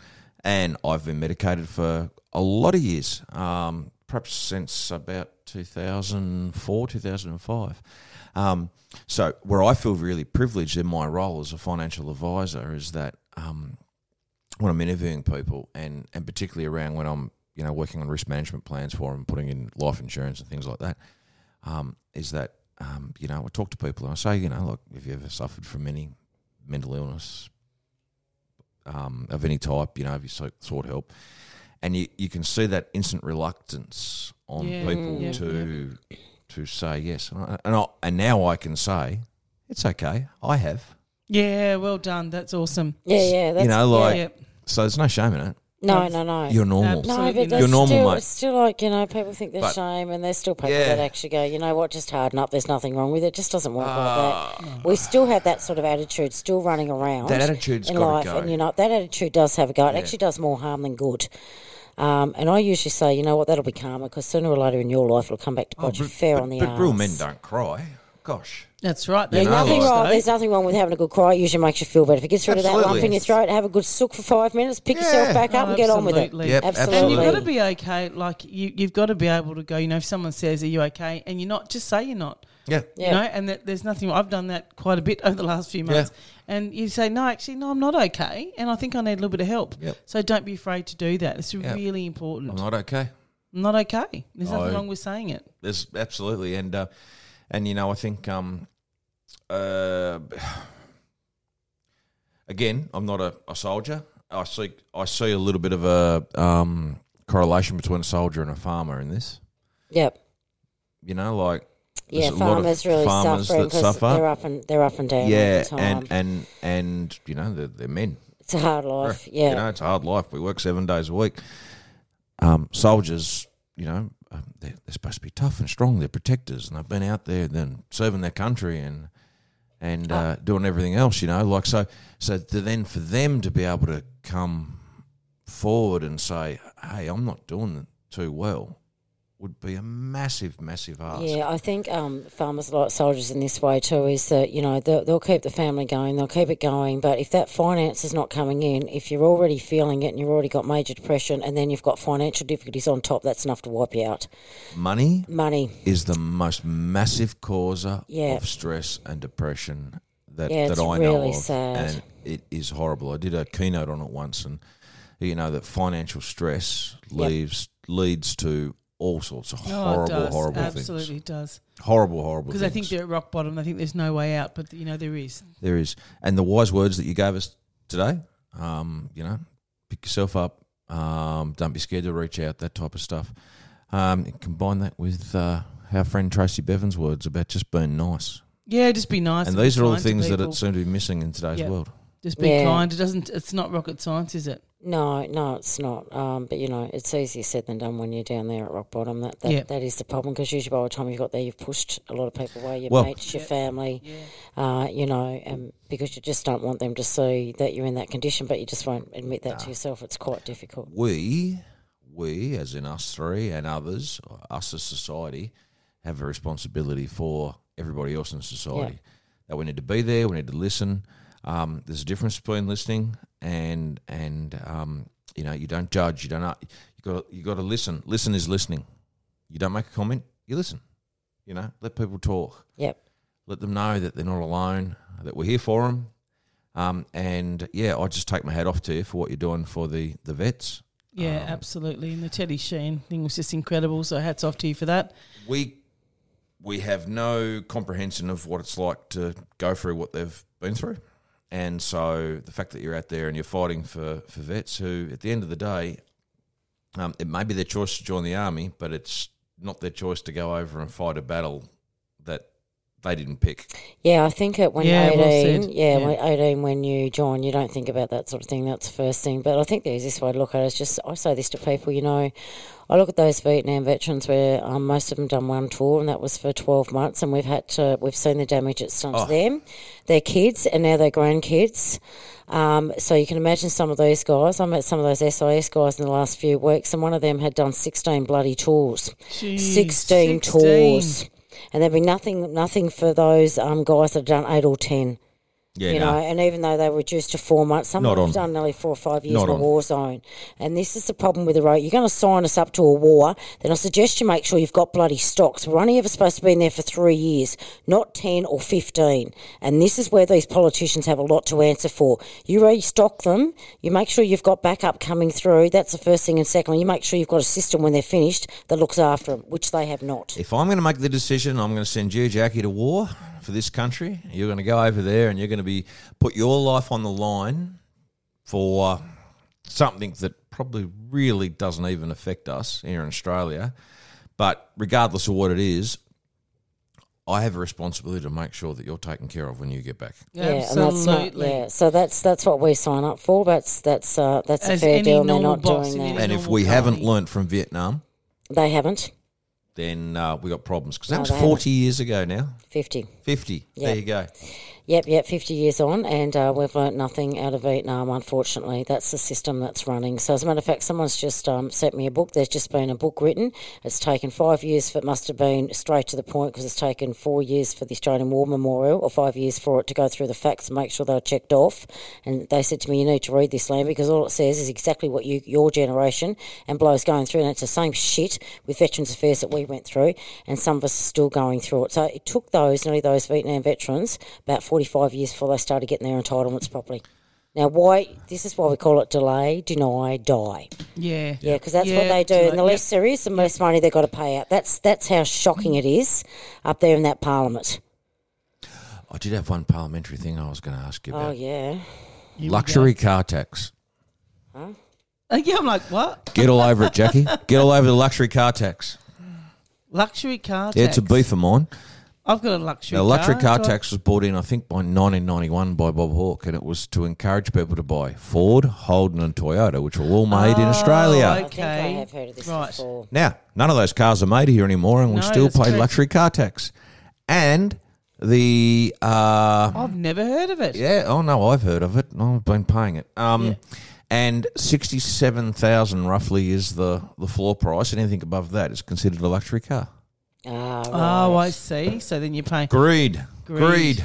and I've been medicated for a lot of years. Um, perhaps since about two thousand four, two thousand and five. Um, so, where I feel really privileged in my role as a financial advisor is that um, when I'm interviewing people, and and particularly around when I'm you know working on risk management plans for them, putting in life insurance and things like that, um, is that um, you know I talk to people and I say you know look, have you ever suffered from any mental illness um, of any type? You know, have you so- sought help? And you, you can see that instant reluctance on Yeah, people yeah, to to say yes, and I, and, I, and now I can say it's okay. I have, Yeah, well done. That's awesome. Yeah, yeah. That's, you know, yeah. like Yep. so there's no shame in it. no, no, no. You're normal. Absolutely. no, but You're that's normal, still, mate. It's still like you know, people think there's But- shame, and there's still people Yeah. that actually go, you know what, just harden up. There's nothing wrong with it. Just doesn't work like that. We still have that sort of attitude still running around. Ah. That attitude's in gotta life, go. and you know that attitude does have a go. It actually does more harm than good. Um, and I usually say, you know what, that'll be karma because sooner or later in your life it'll come back to bite you fair on the Oh, but arse. real men don't cry. Gosh. That's right. Yeah, They no, love Nothing us, like- wrong. though. There's nothing wrong with having a good cry. It usually makes you feel better. If it gets rid of that lump Absolutely. in your throat, have a good sook for five minutes, pick Yeah. yourself back up, and get on with it. Absolutely. Yep, And absolutely. you've Absolutely. got to be okay. Like you, you've got to be able to go. You know, if someone says, "Are you okay?" and you're not, just say you're not. Yeah. You know, and that there's nothing. I've done that quite a bit over the last few months. And you say, "No, actually, no, I'm not okay, and I think I need a little bit of help." Yep. So don't be afraid to do that. It's really I'm important. not okay. I'm not okay. There's nothing I- wrong with saying it. There's absolutely and uh, and you know I think um uh again I'm not a, a soldier. I see I see a little bit of a um correlation between a soldier and a farmer in this. Yep. You know, like There's a Yeah, lot of farmers really farmers suffering that because suffer. they're up and they're up and down. all yeah, the time. and and and you know they're, they're men. it's a hard life. Yeah. Yeah, You know, it's a hard life. We work seven days a week. Um, soldiers, you know, um, they're, they're supposed to be tough and strong. They're protectors, and they've been out there, then serving their country and and uh, doing everything else. You know, like so. So to then for them to be able to come forward and say, "Hey, I'm not doing too well," would be a massive, massive ask. yeah. I think um, farmers are like soldiers in this way too. Is that you know they'll, they'll keep the family going, they'll keep it going, but if that finance is not coming in, if you're already feeling it and you've already got major depression, and then you've got financial difficulties on top, that's enough to wipe you out. Money Money. is the most massive causer Yeah. of stress and depression that, Yeah, that it's I know really of. sad. And it is horrible. I did a keynote on it once and you know that financial stress Yep. leaves leads to all sorts of Oh, horrible, it does. horrible Absolutely things. does. Horrible, horrible Because things. I think they're at rock bottom. They think there's no way out, but you know there is. There is. And the wise words that you gave us today, um, you know, pick yourself up. Um, don't be scared to reach out, that type of stuff. Um, combine that with uh, our friend Tracy Bevan's words about just being nice. Yeah, just be nice. and be these are all kind to things that people. it seems to be missing in today's Yep. world. just be Yeah. kind. It doesn't. It's not rocket science, is it? No, no, it's not. Um, but you know, it's easier said than done when you're down there at rock bottom. That that, Yeah. that is the problem because usually by the time you got there, you've pushed a lot of people away, your Well- mates, your family, uh, you know, and because you just don't want them to see that you're in that condition, but you just won't admit that to yourself. It's quite difficult. We, we, as in us three and others, or us as society, have a responsibility for everybody else in society. That we need to be there. We need to listen. Um, there's a difference between listening and and um, you know you don't judge. You don't. You got you got to listen. Listen is listening. You don't make a comment. You listen. You know, let people talk. Yep. Let them know that they're not alone. That we're here for them. Um, and yeah, I just take my hat off to you for what you're doing for the the vets. Yeah, Um, absolutely. And the Teddy Sheen thing was just incredible. So hats off to you for that. we we have no comprehension of what it's like to go through what they've been through. And so the fact that you're out there and you're fighting for, for vets who, at the end of the day, um, it may be their choice to join the army, but it's not their choice to go over and fight a battle that they didn't pick. Yeah, I think at when Yeah, well eighteen, said. yeah, Yeah. when eighteen, when you join, you don't think about that sort of thing. That's the first thing. But I think the easiest way to look at it is just I say this to people. You know, I look at those Vietnam veterans where um, most of them done one tour, and that was for twelve months, and we've had to we've seen the damage it's done Oh. to them, their kids, and now their grandkids. Um, so you can imagine some of these guys. I met some of those SIS guys in the last few weeks, and one of them had done sixteen bloody tours. Jeez, 16 tours. And there'd be nothing nothing for those um, guys that have done eight or ten. Yeah, you know, and even though they were reduced to four months, some Not of them have on. done nearly four or five years Not in a on. war zone. And this is the problem with the road. You're going to sign us up to a war, then I suggest you make sure you've got bloody stocks. We're only ever supposed to be in there for three years, not 10 or 15. And this is where these politicians have a lot to answer for. You restock them, you make sure you've got backup coming through. That's the first thing. And secondly, you make sure you've got a system when they're finished that looks after them, which they have not. If I'm going to make the decision, I'm going to send you, Jackie, to war for this country. You're going to go over there and you're going to be put your life on the line for something that probably really doesn't even affect us here in Australia. But regardless of what it is, I have a responsibility to make sure that you're taken care of when you get back. Yeah, and that's not, absolutely. yeah. So that's that's what we sign up for. That's that's uh, that's As a fair any deal, and they're normal not boss doing in that. And if Normal we haven't company. learnt from Vietnam, They haven't then uh, we got problems because that No, was Oh, they haven't. 40 years ago now. fifty. 50. Yeah. There you go. Yep, yep, fifty years on, and uh, we've learnt nothing out of Vietnam. Unfortunately, that's the system that's running. So as a matter of fact, someone's just um, sent me a book. There's just been a book written. It's taken five years. For, it must have been straight to the point because it's taken four years for the Australian War Memorial, or five years for it to go through the facts and make sure they were checked off. And they said to me, "You need to read this, Lamb, because all it says is exactly what you your generation and blokes going through, and it's the same shit with Veterans Affairs that we went through, and some of us are still going through it. So it took those, nearly those Vietnam veterans, about 45 years before they started getting their entitlements properly. Now, why? This is why we call it delay, deny, die. Yeah, Yeah, because that's what they do. And the absolutely. less there is, the less money they've got to pay out. That's that's how shocking it is up there in that parliament. I did have one parliamentary thing I was going to ask you about. Oh yeah, Luxury car tax. Yep. Yeah, I'm like, what? Get all over it, Jackie. Get all over the luxury car tax. Luxury car Yeah, it's a tax. beef of mine. I've got a luxury Now, luxury car do I- tax was brought in, I think, by 1991 by Bob Hawke, and it was to encourage people to buy Ford, Holden, and Toyota, which were all made Oh, in Australia. I think I Okay, have heard of this right. before. Now, none of those cars are made here anymore, and we No, still that's pay correct. luxury car tax. And the uh, I've never heard of it. Yeah. Oh no, I've heard of it. I've been paying it. Um, and sixty-seven thousand roughly is the the floor price. and Anything above that is considered a luxury car. Ah, right. Oh, I see. So then you're paying. Greed. Greed.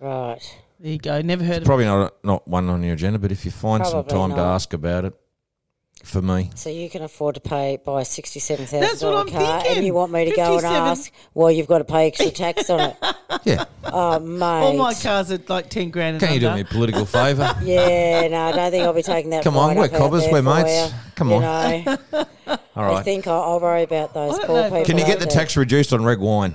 right. There you go. Never heard of it. Probably not not one on your agenda, but if you find some Probably time to not. ask about it, for me, So you can afford to pay buy a sixty seven thousand That's what dollar I'm car, and thinking. you want me to go and 57. ask? Well, you've got to pay extra tax on it. yeah. Oh, mate. All my cars are like ten grand. And Can you do under. me a political favour? Yeah, no, I don't think I'll be taking that. Come on, fine we're up out cobbers, there we're for mates. you, Come you on. know. All I right. think I'll, I'll worry about those I don't poor know if I- people. Can you get over the there. tax reduced on reg wine?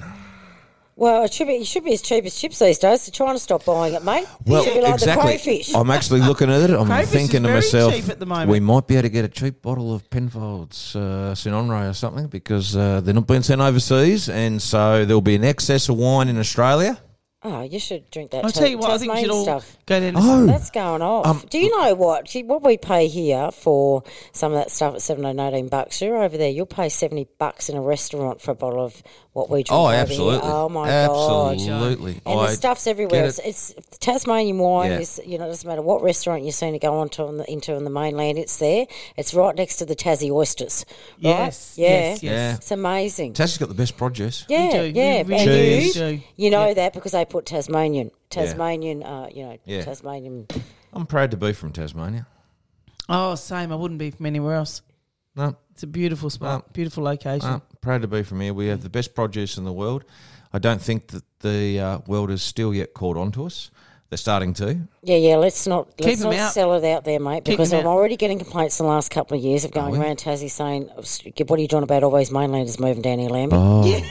Well, it should be it should be as cheap as chips these days. They're trying to stop buying it, mate. Well, should be like exactly. the crayfish. I'm actually looking at it. I'm Crayfish is thinking to very myself, cheap at the moment. we might be able to get a cheap bottle of Penfolds uh, Sinonra or something because uh, they're not being sent overseas, and so there'll be an excess of wine in Australia. Oh, you should drink that. I'll tell you what, I think we Tasmanian should all stuff. go down. to- Oh, That's going off. Do you know what? See, What we pay here for some of that stuff at 7 and 18 bucks, you're over there, you'll pay 70 bucks in a restaurant for a bottle of what we drink. oh, over here. absolutely, Oh, my God. absolutely. And I the stuff's get everywhere. it. It's, it's Tasmanian wine. Yeah. Is you know, it doesn't matter what restaurant you've seen it go onto on the, into on the mainland. It's there. It's right next to the Tassie oysters. Right? Yes, Yeah. yes, yes. Yeah. It's amazing. Tassie's got the best produce. yeah, do. You yeah, really and you, do. you know that because they put Tasmanian, Tasmanian, uh, you know, Yeah. Tasmanian. I'm proud to be from Tasmania. Oh, same. I wouldn't be from anywhere else. No, It's a beautiful spot, beautiful location. no, proud to be from here. We have the best produce in the world. I don't think that the uh, world has still yet caught on to us. They're starting to. Yeah, yeah. Let's not let's 'em not out. sell it out there, mate, Keep because 'em I'm out. Oh, already getting complaints in the last couple of years of going around Tassie saying, "What are you doing about all these mainlanders moving down here, Lambie?"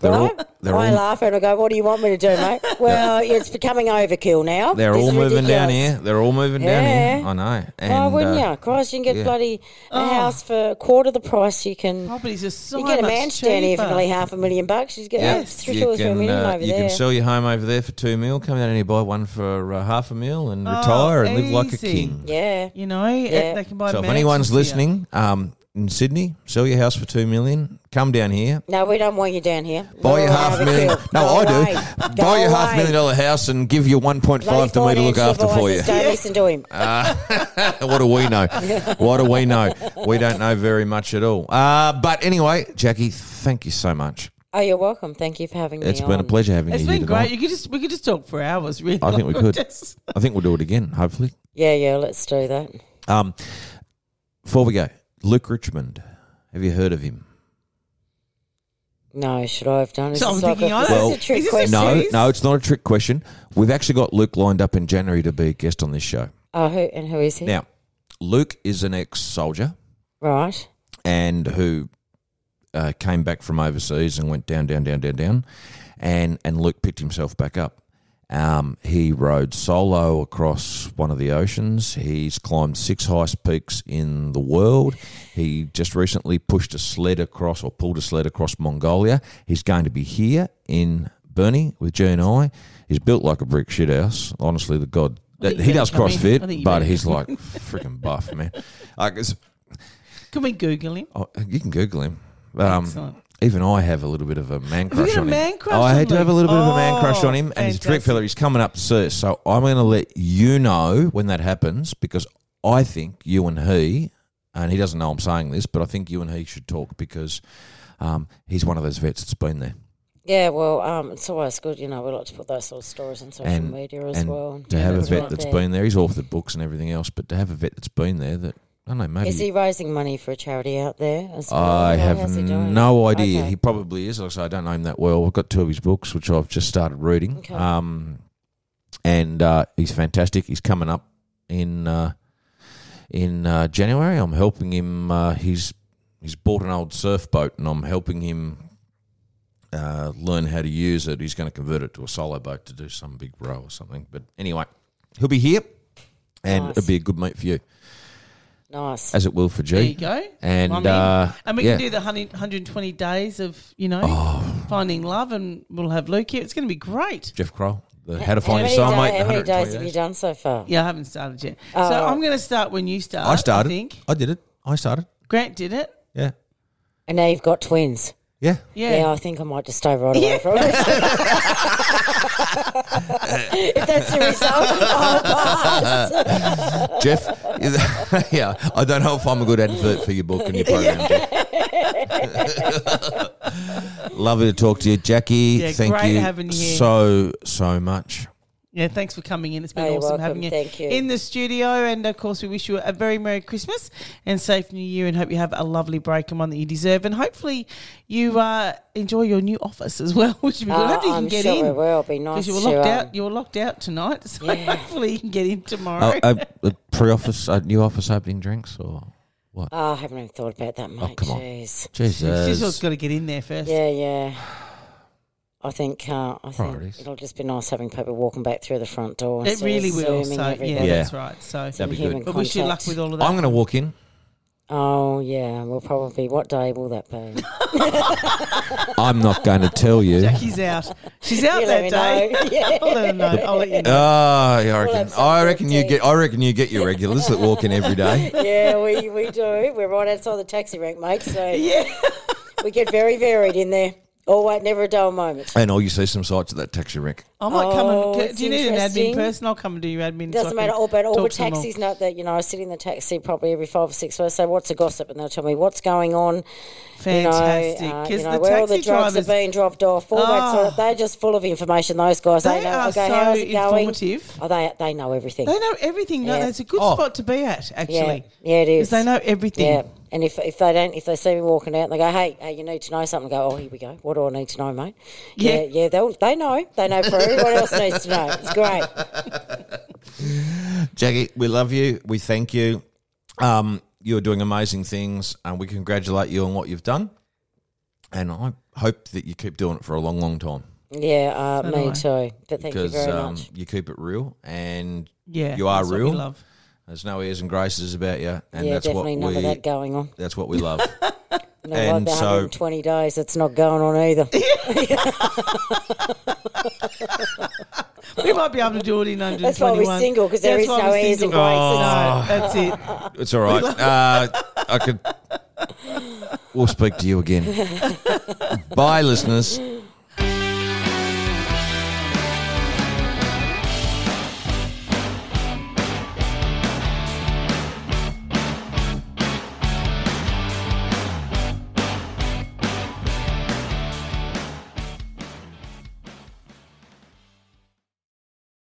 They're all, No, Oh, they're I all, laugh and I go, "What do you want me to do, mate?" Well, it's becoming overkill now. they're This all is moving down ridiculous. here. They're all moving down here. Yeah. I know. And, Why wouldn't uh, you? Christ, you can get yeah. bloody a house for a quarter the price. You can Oh, but it's just so you get a much mansion down here for cheaper. nearly half a million bucks. You get yeah, oh, three you quarters for a can, million uh, over you there. can sell your home over there for two mil, come down here and buy one for uh, half a mil and retire and live like a easy. king. yeah, You know, Yeah. they can buy. So if mansions anyone's here. listening um, in Sydney, sell your house for two million, come down here, no, we don't want you down here. buy We're your all half overkill. million. No, Go I away. do. Go Buy your half away. million dollar house and give you one point Bloody five to me to look financial after for you. Uh, advisors, Don't listen to him. what do we know? What do we know? We don't know very much at all. Uh, but anyway, Jackie, thank you so much. Oh, you're welcome. Thank you for having me. It's been a on. pleasure having It's you here been great. tonight. You could just we could just talk for hours. Really, I think we could. Just- I think we'll do it again, hopefully. Yeah, yeah. Let's do that. Um, before we go, Luke Richmond. Have you heard of him? No, should I have done? Is So I'm this like thinking, a, I is don't- this a Well, trick is this a question? No, serious? no, it's not a trick question. We've actually got Luke lined up in January to be a guest on this show. Oh, who and who is he? Now, Luke is an ex soldier Right. and who uh, came back from overseas and went down, down, down, down, down. And, and Luke picked himself back up. Um, he rode solo across one of the oceans. He's climbed six highest peaks in the world. He just recently pushed a sled across or pulled a sled across Mongolia. He's going to be here in Burnie with G and I. He's built like a brick shit house. Honestly, the god. think He you does better- I mean, I CrossFit, think you but better- he's like freaking buff, man. Like, it's, Can we Google him? Oh, you can Google him. Um, Excellent. even I have a little bit of a man you crush got a on him. Oh, man crush I on had to have a Luke? little bit of a man crush Oh, on him, and he's a terrific fantastic. fella. He's coming up soon, so I'm going to let you know when that happens because I think you and he, and he doesn't know I'm saying this, but I think you and he should talk because um, he's one of those vets that's been there. Yeah, well, um, it's always good, you know. We like to put those sort of stories on social And- media as and well. To have a that's vet right that's there. been there, he's authored books and everything else, but to have a vet that's been there, that I don't know, maybe Is he raising money for a charity out there? as well? I Or have how's he doing? no idea. Okay. He probably is. Like I say, I don't know him that well. I've got two of his books, which I've just started reading. Okay. Um, and uh, he's fantastic. He's coming up in uh, in uh, January. I'm helping him. Uh, he's he's bought an old surf boat, and I'm helping him uh, learn how to use it. He's going to convert it to a solo boat to do some big row or something. But anyway, he'll be here, and Nice. it'll be a good meet for you, Nice. as it will for G. There you go. And I'm in. uh, and we yeah. Oh. can do the 100, 120 days of you know finding love, and we'll have Luke here. It's going to be great. Jeff Kroll, the How to How Find Your many Soulmate. day- in how many 120 days have days. you done so far? Yeah, I haven't started yet, so Oh. I'm going to start when you start. I started. I I, think did it. I started. Grant did it. Yeah. And now you've got twins. Yeah. Yeah. Yeah, I think I might just stay right away from it. if that's the result, oh, I'll pass. Jeff, yeah, I don't know if I'm a good advert for your book and your program, Jeff. Lovely to talk to you, Jackie. Yeah, thank great you having you here. so, so much. Yeah, thanks for coming in. It's been Oh, you're awesome welcome. having you, Thank you. in the studio. And of course, we wish you a very Merry Christmas and safe New Year and hope you have a lovely break and one that you deserve. And hopefully, you uh, enjoy your new office as well, which would be good. Uh, hopefully, you I'm can get sure we in. will. Be Because nice you to. were locked um, out, you were locked out tonight, Oh, so hopefully you can get in tomorrow. Uh, uh, pre office, uh, new office opening drinks, or What? Oh, I haven't even thought about that, mate. come on. Jeez. She's Jesus. just got to get in there first. Yeah, yeah. I think uh, I Priorities. think it'll just be nice having people walking back through the front door. It instead of really will. So zooming yeah, everywhere. Yeah. that's right. So, That'd be Human good. but wish you luck contact. with all of that. I'm going to walk in. Oh yeah, well probably. What day will that be? I'm not going to tell you. Jackie's out. She's out You let me that day. know. Yeah. I'll let her know. I'll let you know. Ah, yeah, I reckon. have some I reckon you tea. get. I reckon you get your regulars that walk in every day. yeah, we, we do. We're right outside the taxi rank, mate. So yeah, we get very varied in there. All wait, never a dull moment. And all you see some sights of that taxi wreck. I might come Oh, and. it's Do you need an admin interesting. person? I'll come and do your admin. so I Doesn't matter. can All but all the talk to them taxis know that you know I sit in the taxi probably every five or six hours. Say what's the gossip, and they'll tell me what's going on. Fantastic. You know, uh, Because you know, the where all the taxi drugs drivers, are being dropped off. All that sort Oh. of, they're just full of information. Those guys. They, They know. are I go, so how's it going? informative. Oh, they they know everything. they know everything. No, Yeah. that's a good Oh. spot to be at, yeah, actually. yeah, it Because is. they know everything. Yeah. And if, if they don't, if they see me walking out, and they go, "Hey, hey, you need to know something." I go, "Oh, here we go. What do I need to know, mate?" Yeah. yeah, yeah they they know. They know for everyone else needs to know. It's great. Jackie, we love you. We thank you. Um, you're doing amazing things, and we congratulate you on what you've done. And I hope that you keep doing it for a long, long time Yeah, uh, So do me I. too. But thank you because very um, much. you keep it real and Yeah, you are that's what we real. love. There's no airs and graces about you, and Yeah, that's what definitely none we of that going on. that's what we love. Not and like the so- 120 days. It's not going on either. We might be able to do it in 121. That's why we're single, 'cause there That's is why no we're airs and single. Oh. No, that's it. it's all right. Uh, I could. We'll speak to you again. Bye, listeners.